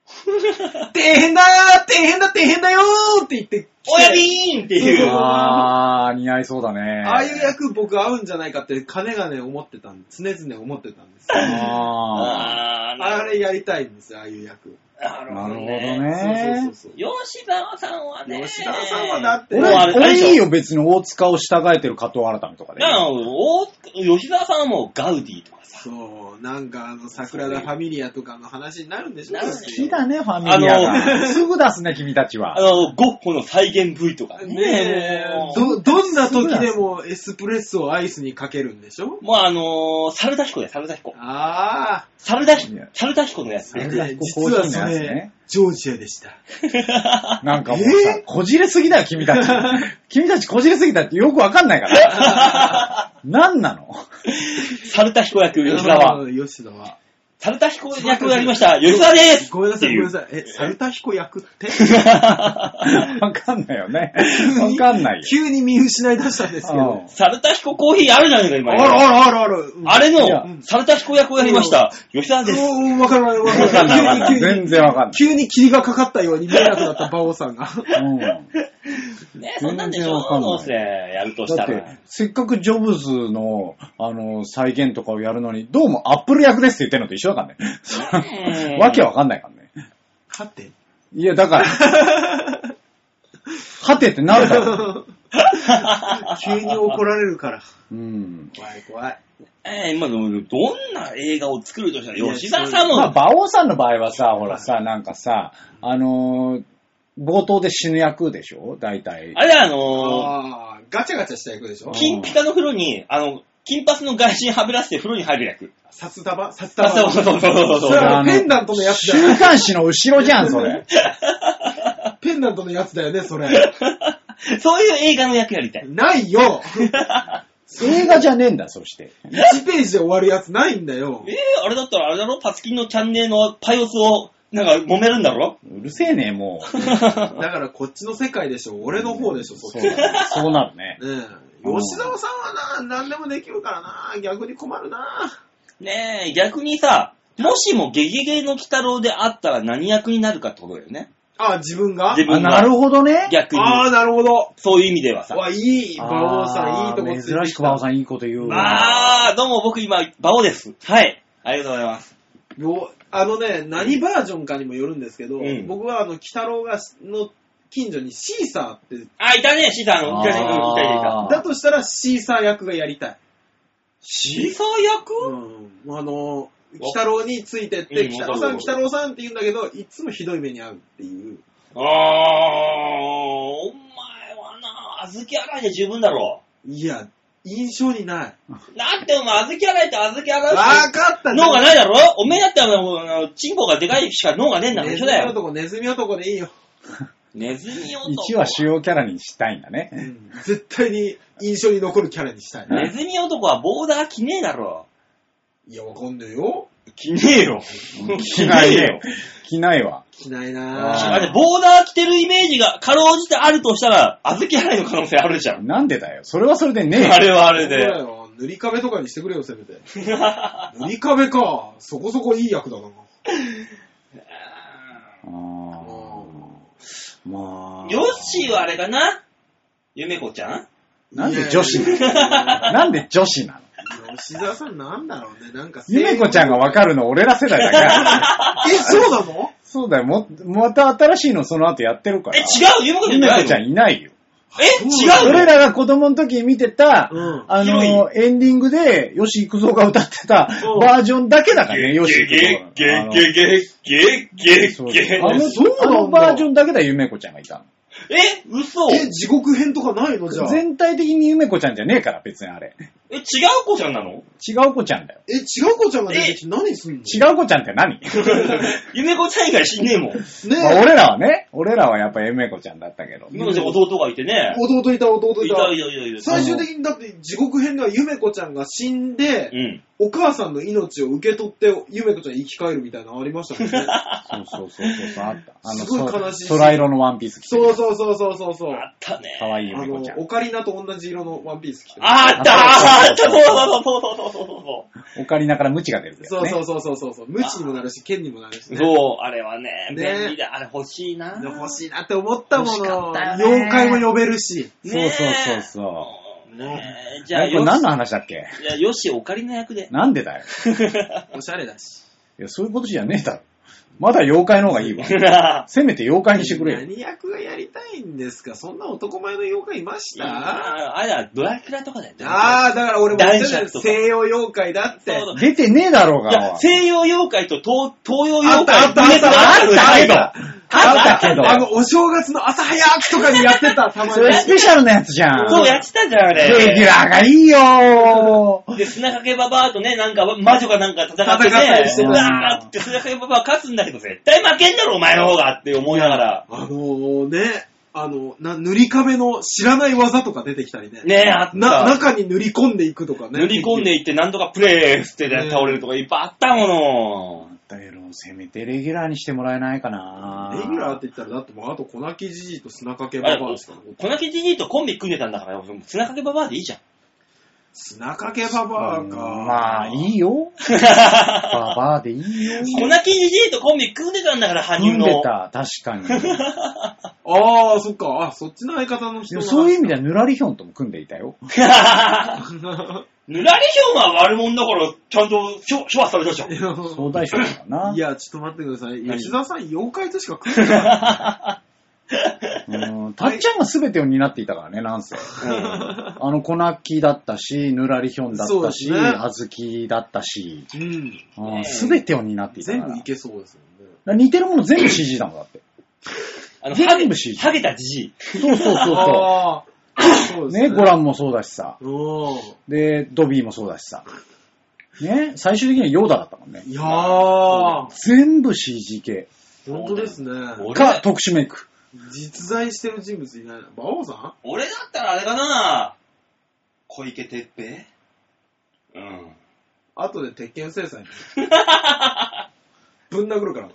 B: 底辺だー底辺だ底辺だよーって言ってきて
A: 親ビーンっていう。
B: そう
C: あー、似合いそうだね。
B: ああいう役僕合うんじゃないかって、金がね、思ってたん常々思ってたんですよ。
C: あ
A: あー
B: あれやりたいんですよ、ああいう役。
A: な
C: ーなるほど
A: ね。
B: そうそ
C: ね
B: う。そうそう。
A: 吉沢さんはね。
B: 吉田さんはだって、
A: もうあれ
C: 俺、
A: あれでしょ
C: 俺いいよ、別に大塚を従えてる加藤新めとかで。
A: なあ大塚吉沢さんはもうガウディとかさ。
B: そう、なんかあの、桜田ファミリアとかの話になるんでしょ
A: なるね
C: 好きだね、ファミリアが。すぐ出すね、君たち
A: あ
C: は。
A: の、ゴッホの再現 V とかね。
B: ねえ
A: もう
B: ど、どんな時でもエスプレッソをアイスにかけるんでしょ
A: もうあのー、サルダヒコだよ、サルダヒコ。
B: ああ、
A: サルダヒ、サルダヒコのやつ
C: え
A: ね。
C: ー
B: ね実はそ
C: コーヒーのやつ
B: れ
C: ね、
B: ジョージアでした。
C: なんかもうさ、こじれすぎだよ、君た ち。君たちこじれすぎだってよくわかんないから。 なんなの
A: サルタヒコ役、吉沢。
B: うん吉田は。
A: サルタヒコ役をやりました、吉沢です
B: ごめんなさい、ごめんな
A: さい。
B: さい。え、サルタヒコ役って
C: わかんないよね。わかんないよ。
B: 急に見失い出したんですけ
C: うん
B: ど。
A: サルタヒココーヒーあるじゃないか、今。
B: あらあらあらあら。うん
A: あれ
C: いや
A: の、サルタヒコ役をやりました、吉沢です。
B: おーおーわかるわかるわ
C: わかんないわかん
B: か
C: ない。
B: る。急に、
C: 全然わかん
B: 急に霧がかかったように見えなくなった馬王さんが。
C: ない。うん
A: ねそんなんでし
C: 全然
A: ょ、
C: わかんない
A: どうせ、やるとし
C: だ
A: た
C: って
A: ら。、
C: せっかくジョブズの、あの、再現とかをやるのに、どうもアップル役ですって言ってるのと一緒だから
A: う
C: ね。
A: ん
C: わけわかんないからね。
B: はて。
C: いや、だから、はてってなるだ ろ。
B: 急に怒られるから。
C: うん。
B: 怖い怖い。
A: えー、今でも、どんな映画を作るとしたら、吉沢さん
C: まあ、
A: も、
C: 馬王さんの場合はさ、ほらさ、なんかさ、あのー冒頭で死ぬ役でしょ大体
A: あ。れだよあのー、
B: ああ、ガチャガチャした役でしょ
A: 金ピカの風呂に、あの、金髪の外人はぶらせて風呂に入る役。
B: 札束札
A: あ
B: 束。
A: そうそうそうそうそう
B: そ
A: そう
B: れは
C: あの
B: ペンダントのやつ
C: 週
B: だよ。
C: 刊誌の後ろじゃん、それ。
B: ペンダントのやつだよね、それ。
A: そういう映画の役やりたい。
B: ないよ
C: 映画じゃねえんだ、そして。
B: !1 ページで終わるやつないんだよ
A: え。ー、あれだったらあれだろパツキンのチャンネルのパイオツを、なんか揉めるんだろ
C: うるせえね、もう。
B: だからこっちの世界でしょ、俺の方でしょ、そっ
C: そ
B: ち。
C: う
B: ね
C: だそうなるね。
B: え吉沢さんはな、何でもできるからな、逆に困るな。
A: ねえ、逆にさ、もしもゲゲゲの鬼太郎であったら何役になるかってことだよね。
B: あ、 自分が
A: 自
C: あ、
A: 分が
C: なるほどね。
A: 逆に。
B: ああ、なるほど。
A: そういう意味ではさ。
B: わ、いい、馬王さん、いいとこ
C: あー
B: ついて
C: 珍
B: き
C: しく馬
B: た
C: 王。さんいいこと言うわ。
A: あー、どうも僕今、バオです。はい。ありがとうございます。
B: よあのね、何バージョンかにもよるんですけど、
A: うん
B: 僕はあの、鬼太郎が、の近所にシーサーって、
A: あ、いたね、シーサーの。いたね、うんいたいたいた。
C: あー
B: だとしたらシーサー役がやりたい。
A: シーサー役、
B: うん。あの、鬼太郎についてって、
A: うん
B: 鬼太郎さ
A: わ
B: ん、鬼
A: か
B: 太
A: る
B: 郎さんって言うんだけど、いつもひどい目に遭うっていう。
A: あー、お前はな、あずき洗いで十分だろ。
B: いや、印象にない。
A: だってお前、あずき洗いってあずき洗
B: わ
A: うし
B: かった
A: 脳が
B: い
A: ないだろおめえだってあの、あのチンコがでかいしか脳がねえんだから
B: ネ
A: 一
B: ズ
A: 緒だ
B: ミ
A: よ。
B: 男、ネズミ男でいいよ。
A: ネズミ男。
C: 1は主要キャラにしたいんだ
B: う
C: ね。
B: ん絶対に印象に残るキャラにしたい。
A: ネズミ男はボーダー着ねえだろ。
B: いや、わかんねえよ。
A: 着ねえよ。
C: 着ない ね。着ないわ。
B: 着ない
A: あ
B: な
A: れ、ボーダー着てるイメージがかろうじてあるとしたら、あずき洗いの可能性ある じゃん。
C: なんでだよ。それはそれでねえよ
A: あれはあれ
B: そうだ
A: で。
B: よ。塗り壁とかにしてくれよ、せめて。塗り壁か。そこそこいい役だな。
C: あーまあ。
A: ヨッシーはあれかなゆめこちゃん
C: なんで女子
B: いやいや
C: なんで女子なの
B: 吉沢さんなんだろうね。なんか
C: ゆめこちゃんがわかるの俺ら世代だけ だ。
B: え、そうなの
C: そうだよ。も、また新しいのその後やってるから。
A: え、違うゆめこちゃん
C: ゆ
A: じ
C: め
A: ゃない
C: こ
A: の
C: ちゃんいないよ。
A: え、違うの
C: 俺らが子供の時に見てた、
B: うん
C: あ
A: ヒロ
C: の、エンディングで、よし行くぞが歌ってた
B: うん
C: バージョンだけだからね、よし
A: ゲ
C: 行くぞ
A: ゲゲ
C: が。あの
A: ゲゲゲゲ
C: そう
A: ゲ
C: あの
B: そうなんだ
C: あのバージョンだけだ、ゆめこちゃんがいた
A: え、嘘
B: え、地獄編とかないのじゃ
C: の。
B: あ。
C: 全体的にゆめこちゃんじゃねえから、別にあれ。
A: え、違う子ちゃんなの
C: 違う子ちゃんだよ。
B: え、違う子ちゃんが出てきて何すんの
C: 違う子ちゃんって何、
A: 夢子ちゃん以外死んねえもん。
C: まあ
B: ね
C: 俺らはね、俺らはやっぱゆめこちゃんだったけど。
A: 今の弟がいてね。
B: 弟いた、弟
A: い
B: い
A: た
B: た
A: い。たいたいた。
B: 最終的にだって地獄編ではゆめこちゃんが死んで
A: う、ん。
B: お母さんの命を受け取ってゆめこちゃん生き返るみたいなのありましたもん ね。
C: そうそうそうそうそう、あった。あの、
B: すごい悲しい
C: そ空色のワンピース着て
B: そう
C: る。
B: そうそうそうそうそう。
A: あったね。
C: かわいいゆ
B: あ
C: め
B: の
C: こちゃ、ん。
B: オカリナと同じ色のワンピース着てる。
A: あったあったそうそうそうそうそうそ
C: オカリナからムチが出るけど
B: そう
C: ね。
B: そうそうそうそうそう。無知にもなるし、剣にもなるし
A: う。
B: ね。
A: そう、あれはね、
B: ね
A: 便利だ。あれ欲しいな。
B: で欲しいなって思ったも
A: 欲しか
B: の。
A: ったよね
B: 妖怪も呼べるし。
C: そうそうそうそ
A: そう。ねえ
C: う。
A: じゃあ、
C: これ
A: よ
C: 何
A: し
C: の話だっけ
A: いや、よし、オカリナ役で。
C: なんでだよ。
B: おしゃれだし。
C: いや、そういうことじゃねえだろ。まだ妖怪の方がいいわ。せめて妖怪にしてくれよ。
B: 何役がやりたいんですかそんな男前の妖怪いまし
A: いや
B: たあ
A: あれだ、ドラキュラとかだよ。
B: あー、だから俺も言ったじゃん
A: 男爵とか
B: 西洋妖怪だって。
A: そうだ
C: 出てねえだろう
A: いや
C: が。、
A: 西洋妖怪と東東洋妖怪
B: あったあった
C: あったあ
A: あ
C: っ
A: った
C: たあったけど。
B: あの、お正月の朝早くとかにやって た、たま
C: そ
B: に
C: れ。スペシャルなやつじゃん。
A: そうやってたじゃん、あ
C: レギュ
A: れ。
C: ラーがいいよ
A: で、砂かけババアとね、なんか魔女かなんか戦って
B: 戦ったりして
A: ね、う
B: た
A: わーって砂かけババア勝つんだけど、絶対負けんだろ、お前の方がって思いながら。
B: あのーね、あの、な、塗り壁の知らない技とか出てきたりね。
A: ねえ、あった。
B: な、中に塗り込んでいくとかね。
A: 塗り込んでいって何とかプレイしてね倒れるとかいっぱいあったもの。
C: だけど、せめてレギュラーにしてもらえないかな
B: レギュラーって言ったら、だってもうあと粉木じじいと砂かけ
A: あ
B: バ
A: れ、
B: バアしか残って
A: 粉木じじいとコンビ組んでたんだから、砂かけババアでいいじゃん。
B: 砂かけババアか。
C: まあ、いいよ。ババアでいいよ。
A: 粉木じじいとコンビ組んでたんだから、羽
C: 組
A: 生
C: んで
A: の。
C: た、確かに。
B: ああ、そっか。あ、そっちの相方の
C: で
B: 人
C: もそういう意味で
B: ね。
C: は、ぬらりひょんとも組んでいたよ。
A: ぬらりひょんは悪者だから、ちゃんと処処罰されたじゃん。
C: 総大将だからな。
B: いや、ちょっと待ってください。
A: 何
B: 吉沢さん、妖怪としか食ってない。
C: うんたっちゃんが全てを担っていたからね、なんせ。あの、粉木だったし、ぬらりひょんだっ
B: そう
C: た
B: で
C: し、
B: すね
C: あずきだったし、
B: うん。
A: ねえ
C: すべてを担っていたか
B: 全
C: ら。
B: 部い
C: だか
B: けそうですよね。
C: ら似てるもの全部 CG だもん、だって。
A: あの、ハ
C: 全
A: ゲ
C: 部 CG
A: ハゲたじじい。
C: そうそうそうそう。
B: ああ、そうです
C: ね、ゴランもそうだしさ。
B: おー
C: で、ドビーもそうだしさ。ね、最終的にはヨーダだったもんね。
B: いやー、
C: 全部 CG 系。
B: 本当ですね。
A: 俺
C: か、特殊メイク。
B: 実在してる人物いないな。馬王さ
A: 俺だったらあれかな小池徹平うん。
B: ん後で鉄拳制裁。ぶん殴るから。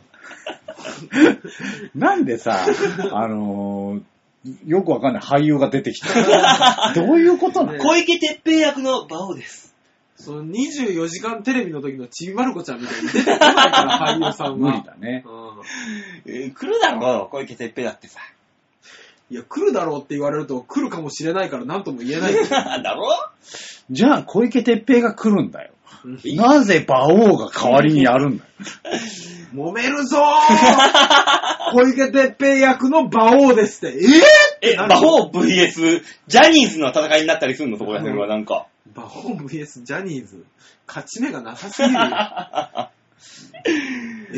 C: なんでさ、 あのーよくわかんない俳優が出てきた。どういうことなの
B: ね
A: 小池徹平役の馬王です。
B: その24時間テレビの時のちびまる子ちゃんみたいに出てこないから、 俳優さん
C: 無
B: は。
C: 理だね。
B: うん
A: えー来るだろう、小池徹平だってさ。
B: いや、来るだろうって言われると、来るかもしれないから何とも言えない。
A: だろ
C: じゃあ、小池徹平が来るんだよ
B: うん。
C: なぜ馬王が代わりにやるんだよ。
B: 揉めるぞー小池徹平役の馬王ですって。え
A: え、
B: ぇ、
A: 馬王 VS ジャニーズの戦いになったりするのそこら辺はなんか。
B: 馬王 VS ジャニーズ。勝ち目がなさすぎるよ。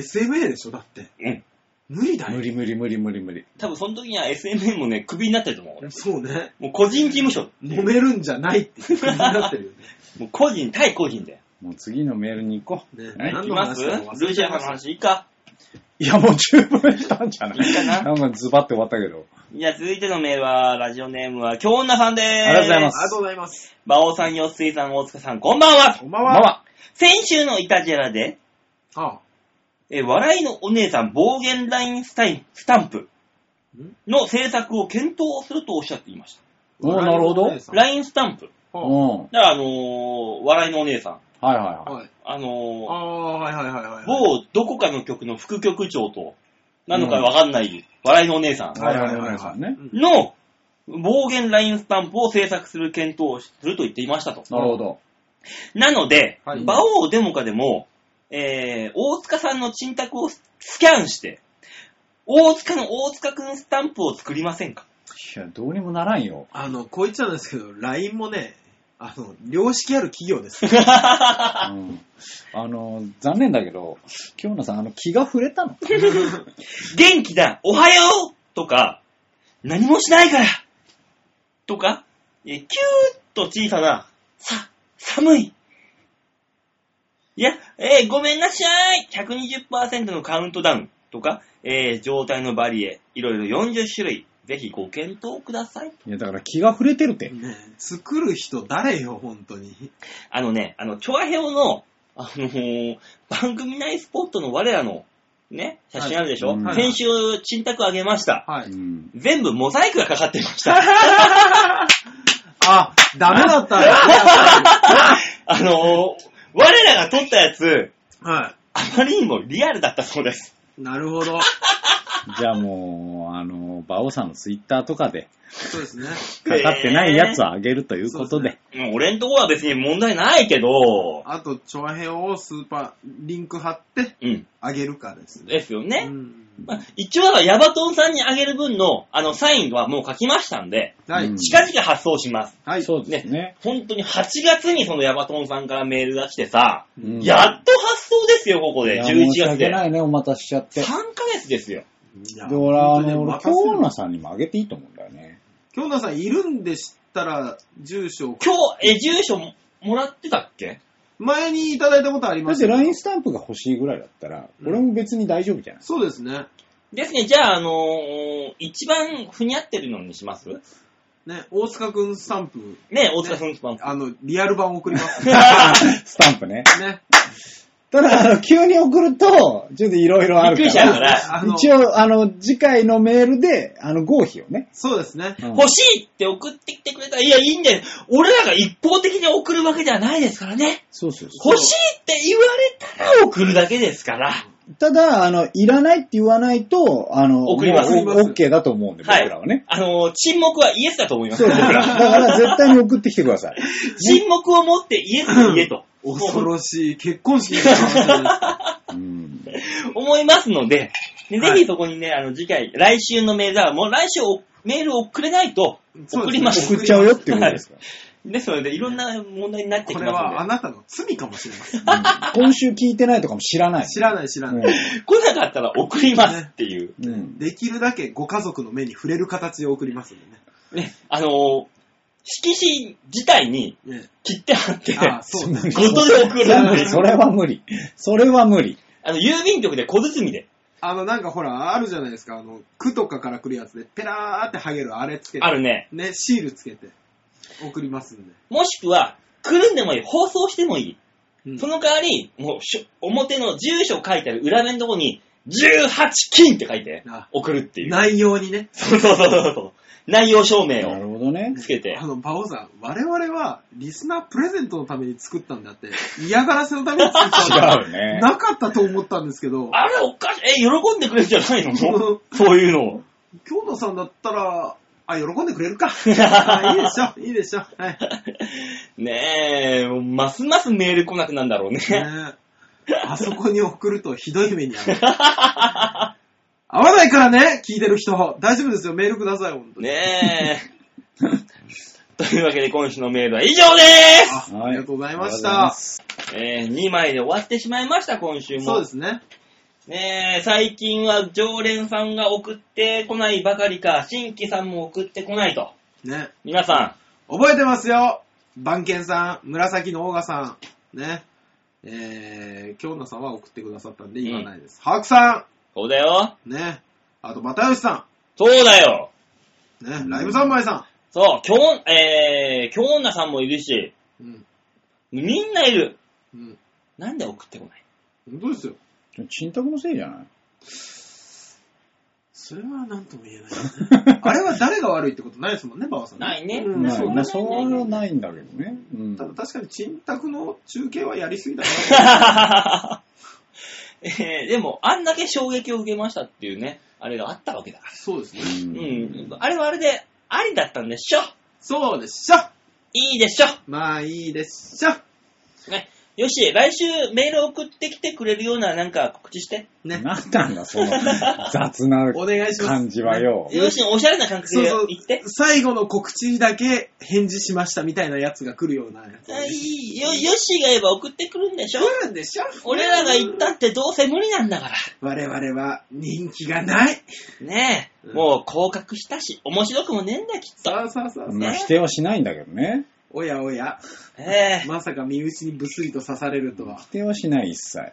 B: SMA でしょだって。
A: うん。
B: 無理だよ。
C: 無理無理無理無理無理。
A: 多分その時には SMM もね、クビになってると思う俺。
B: そうね。
A: もう個人事務所ってい
B: 揉
A: う。
B: めるんじゃないっていう感じになってるよね。
A: もう個人対個人で。
C: もう次のメールに行こう。
B: ね
A: はい、行き
B: 何の
A: ますル
B: 話か忘
A: ー
B: れ
A: シ
B: ち
A: ャ
B: ゃ
A: ーさ
B: いま
A: ん
B: し
A: の話
B: た
A: いいか。
C: いや、もう十分したんじゃない
A: いいかな
C: なんかズバって終わったけど。
A: じゃあ続いてのメールは、ラジオネームは京女さんでーす。
C: ありがとうございます
B: ありがとうございます。
A: 馬王さん、よっすいさん、大塚さん、こんばんは。
B: こんばん
C: ま
B: は。
C: あ
A: 先週のイタジェラで、
B: あ
A: えー笑いのお姉さん暴言ラインスタインスタンプの制作を検討するとおっしゃっていました。
C: おーなるほど
B: ライオンさん
A: ラインスタンプ。
C: う
B: は
C: ん。はい
A: だから、あのー笑いのお姉さん。
C: はい
B: あ
C: は
B: はい。
A: あの
B: あ
A: ー
B: あ、はいはいはいはい。
A: 某どこかの局の副局長と、なのかわかんない、笑いのお姉さ
C: い。
B: うん
C: はいはいはいはい。ね。
B: うん
A: の暴言ラインスタンプを制作する検討をすると言っていましたと。
C: なるほど。
A: なので、
B: はい
A: 馬王デモカでも、えー、大塚さんの沈託をスキャンして、大塚の大塚くんスタンプを作りませんか
C: いや、どうにもならんよ。
B: あの、こう言っちゃうんですけど、LINE もね、あの、良識ある企業です。
C: うん。あの、残念だけど、京野さん、あの、気が触れたの
A: 元気だおはようとか、何もしないからとか、えーキューッと小さな、さ、寒いいや、えーごめんなさい !120% のカウントダウンとか、えー状態のバリエ、いろいろ40種類、ぜひご検討ください。
C: いや、だから気が触れてるって。
B: ね作る人誰よ、本当に。
A: あのね、あの、チョアヘオの、あのー番組内スポットの我らの、ね、写真あるでしょ、
C: はい
A: 先週、沈託あげました。
B: は
C: う
B: い。
C: ん。
A: 全部モザイクがかかってました。
B: あ、ダメだった。 は
A: あのー我らが撮ったやつ、
B: い。
A: あまりにもリアルだったそうです。
B: なるほど。
C: じゃあもう、あの、馬王さんのツイッターとかで、
B: そうですね。
C: かかってないやつをあげるということで。
A: もう俺んとこは別に問題ないけど、
B: あと、長編をスーパー、リンク貼って、
A: うん。
B: あげるかですね。
A: ですよね。
B: うん
A: まあ、一応だからヤバトンさんにあげる分の、あの、サインはもう書きましたんで、
B: はい。
C: うん
A: 近々発送します。
B: はい。
C: そうですね。
A: 本当に8月にそのヤバトンさんからメールが来てさ、
C: うん
A: やっと発送ですよ、ここ
C: い
A: で。
C: や
A: 11
C: 申し
A: 月
C: 訳
A: で。
C: な
A: 3
C: いね、お待たせしちゃって。
A: ヶ月ですよ。
B: いや
C: で、俺、あ
B: 本当に
C: の、俺、
B: 任せる
C: 京野さんにもあげていいと思うんだよね。
B: 京奈さんいるんでしたら、住所を、
A: 今日、え、住所ももらってたっけ
B: 前にいただいたことあり
C: だ
B: ま
C: っ
B: してた。
C: LINE スタンプが欲しいぐらいだったら、
B: うん
C: 俺も別に大丈夫じ ゃない
B: そうですね。
A: ですね、じゃあ、あのー一番ふにゃってるのにします
B: ね、大塚くんスタンプ、
A: ね、大塚さんの番。
B: あの、リアル版送ります。
C: スタンプね。
B: ね。
C: ただ、あの、急に送ると、ちょっといろいろある
A: びっくりしち
C: か。
A: ゃうからら、
B: あの
C: 一応、あの、次回のメールで、あの、合否をね。
B: そうですね。
C: うん
A: 欲しいって送ってきてくれたら、いや、いいんだよ。俺らが一方的に送るわけではないですからね。
C: そうそうそ
A: 欲しいって言われたら送るだけですから。
C: う。ただ、あの、いらないって言わないと、あの、
A: 送ります
C: もうお OK だと思うんで、僕
A: はい
C: らはね。。
A: あのー沈黙はイエスだと思います。
C: そうそう。だから、絶対に送ってきてください。
A: 沈黙を持ってイエスに言えと。
B: 恐ろしい結婚式みたいな話です。
C: うん。
A: 思いますので、ね
B: はい
A: ぜひそこにね、あの、次回、来週のメールだから、もう来週おメールをくれないと、
B: そうですね
A: 送ります。
C: 送っちゃうよっていうことですから。
A: ですので、いろんな問題にな ってき
B: こ
A: ます
B: れ
A: ので。
B: はあなたの罪かもしれません。
C: 今週聞いてないとかも知らない。
B: 知らない知らない。
C: う
A: 来なかったら送りますっていう。
C: んうん。
B: できるだけご家族の目に触れる形で送りますんでね。
A: ね、あのー色紙自体に
B: え
A: 切って貼って、
B: えああ、そうだね。
A: ごとで送るなんて。
C: それは無理。それは無理。
A: あの、郵便局で小包みで。
B: あの、なんかほら、あるじゃないですか。あの、区とかから来るやつで、ペラーって剥げる、あれつけて。
A: あるね。
B: ね、シールつけて、送りますんで。
A: もしくは、来るんでもいい。放送してもいい。
B: うん
A: その代わり、もうし、表の住所書いてある裏面のとこに、18金って書いて
B: あ、
A: 送るっていう。
B: 内容にね、
A: そうそうそうそう。内容証明
C: なる
A: を
C: ほどね。
A: つけて
B: あ。の、バオさん、我々はリスナープレゼントのために作ったんだって、嫌がらせのために作ったん
C: 違
B: だ。
C: うね。
B: なかったと思ったんですけど、
A: あれおかしい。え、喜んでくれるんじゃない の
B: そう
A: そういうの を。
B: 京都さんだったら、あ、喜んでくれるか。あいいでしょ、いいでしょ。はい。
A: ねえ、もうますますメール来なくなんだろうね。
B: ねえあそこに送るとひどい目に遭う。合わないからね、聞いてる人。大丈夫ですよ、メールください、本当に。
A: ねえ。 というわけで今週のメールは以上で
B: あ
C: はい
B: ありがとうございまし
C: ありがとうございま
B: た。
A: す、えー、2枚で終わってしまいました、今週も。
B: そうですね。
A: ねえ、最近は常連さんが送ってこないばかりか、新規さんも送ってこないと。
B: ね。
A: 皆さ
B: 覚えてますよ番犬さん、紫のオーガさん、ね。えー、京奈さんは送ってくださったんで言わないです。ハークさ
A: ん、そうだよ。
B: ん、ね。あと、又吉さ
A: そうだよ。
B: ん、ね。ライブ三昧さ
A: そう、きょん、えー、きょんなさんもいるし、
B: ん。うん。
A: みんないる。
B: うん。
A: なんで送ってこない
B: 本当ですよ。
C: 沈託のせいじゃない
B: それは何とも言えないですね。 あれは誰が悪いってことないですもんね、馬場さん。
A: ないね
B: うん
C: な
B: そう
C: い
B: ね
C: な、それはないんだけどね。うん
B: ただ確かに、沈託の中継はやりすぎだな。
A: えー、でも、あんだけ衝撃を受けましたっていうね、あれがあったわけだから。
B: そうですね。
A: う
C: うん
A: ん、あれはあれで、ありだったんでしょ
B: そうでしょ
A: いいでしょ
B: まあいいでしょ
A: ね。よし、来週メール送ってきてくれるようななんか告知して。
B: ね。
C: なんなんだ、その雑な
B: お願いします。
C: 感じはよ。
A: よし、おしゃれな感覚
B: そう
A: で
B: そう
A: 言って。。
B: 最後の告知だけ返事しましたみたいなやつが来るようなやつ。
A: あいいよ、よしが言えば送ってくるんでしょ
B: 来るんでしょ
A: 俺らが言ったってどうせ無理なんだから。
B: 我々は人気がない。
A: ねえ、
B: うん
A: もう降格したし、面白くもねえんだよきっと。
B: さあさあさあさ
C: まあ否定はしないんだけどね。
B: おやおや、
A: ええ
B: まさか身内にぶすりと刺されるとは
C: 否。定はしない、一切。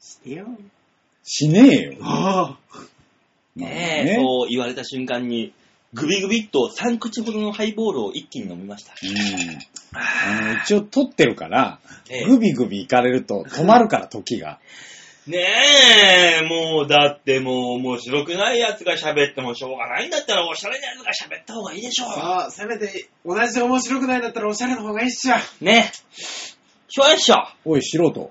B: してよ。
C: しねえよ。
B: ああ。
C: まあ
A: ねえ、そう言われた瞬間に、グビグビっと3口ほどのハイボールを一気に飲みました。
C: うんあの一応撮ってるから、
A: ええ
C: グビグビ行かれると止まるから、時が。
A: ねえ、もうだってもう面白くないやつが喋ってもしょうがないんだったらおしゃれなやつが喋った方がいいでしょう。
B: さあ、せめて同じ面白くないんだったらおしゃれの方がいいっしょ。
A: ねえ、しょうやっしょ。
C: おい、素人。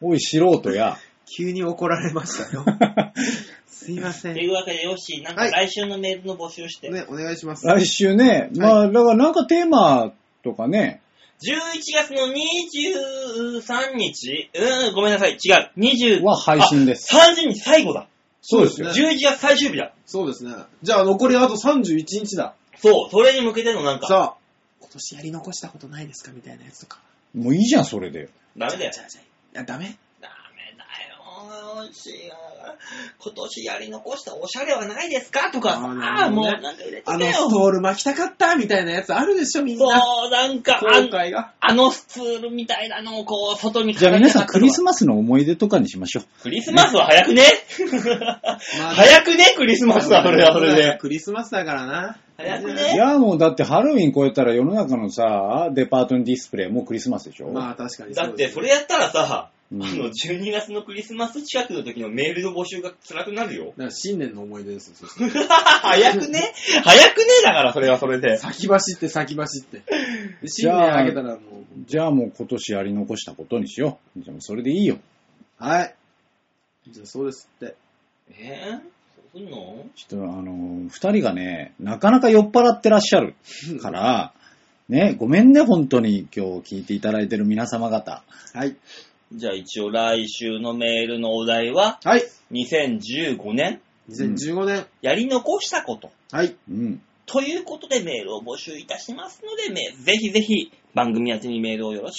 C: おい、素人や。
B: 急に怒られました よ。すいませ
A: と
B: ん。
A: い
B: ね、
A: うわけでよし、なんか
B: は
A: 来週のメールの募集して。
B: お願いします。
C: 来週ね、まあ、だからなんかテーマとかね、
A: 11月の23日、うん、ごめんなさい、違う。20
C: は配信です
A: あ30日最後だ。
C: そうですよ
B: ね
A: 11月最終日だ。
B: そうですね。じゃあ残りあと31日だ。
A: そう、それに向けてのなんか、
B: さあ。今年やり残したことないですかみたいなやつとか。
C: もういいじゃん、それで。
A: ダメだよ
B: じ。ゃあじゃあいや、ダメ
A: ダメだよ、違う。今年やり残したおしゃれはないですかとか、
B: あー
A: あ
B: な
A: あー、
B: るほ
A: もう
B: どね
A: なんか入れて
B: あ
A: くれ
B: の
A: よ。
B: ストール巻きたかったみたいなやつあるでしょ、みんな。
A: そう、なんか、あ
B: 今
A: ん
B: 回が。
A: あのスツールみたいなのをこう、外に
C: じゃあ皆さん、クリス
A: マ
C: マスの思い出とかにしましょう。
A: ス。クリスマスは早くね早くね、クリスマスは、それはそれで。
B: クリスマスだからな。
A: 早く
C: い
A: ね
C: や、もうだってハロウィン超えたら世の中のさ、デパートにディスプレイ、もうクリスマスでしょ、
B: まあ確かに
A: だ
B: そう
A: って、
B: です
A: そ
B: ね。
A: れやったらさ、
C: うん
A: あの、12月のクリスマス近くの時のメールの募集が辛くなる
B: 。
A: よ
B: だから新年の思い出ですよ。そして
A: 早くね早くねだから、それはそれで。
B: 先走って先走 って。で新年あげたらもう。
C: じゃあもう今年やり残したことにしよう。でもそれでいいよ。
B: はい。じゃあそうですって。
A: えー、そうすんの
C: ちょっとあの、二人がね、なかなか酔っ払ってらっしゃるから、ね、ごめんね、本当に今日聞いていただいてる皆様方。
B: はい。
A: じゃあ一応来週のメールのお題は、
B: はい。
A: 2015年、
B: 2015年。
A: やり残したこと。
B: はい。
C: うん。
A: ということでメールを募集いたしますので、メぜひぜひ番組宛てにメールをよろしく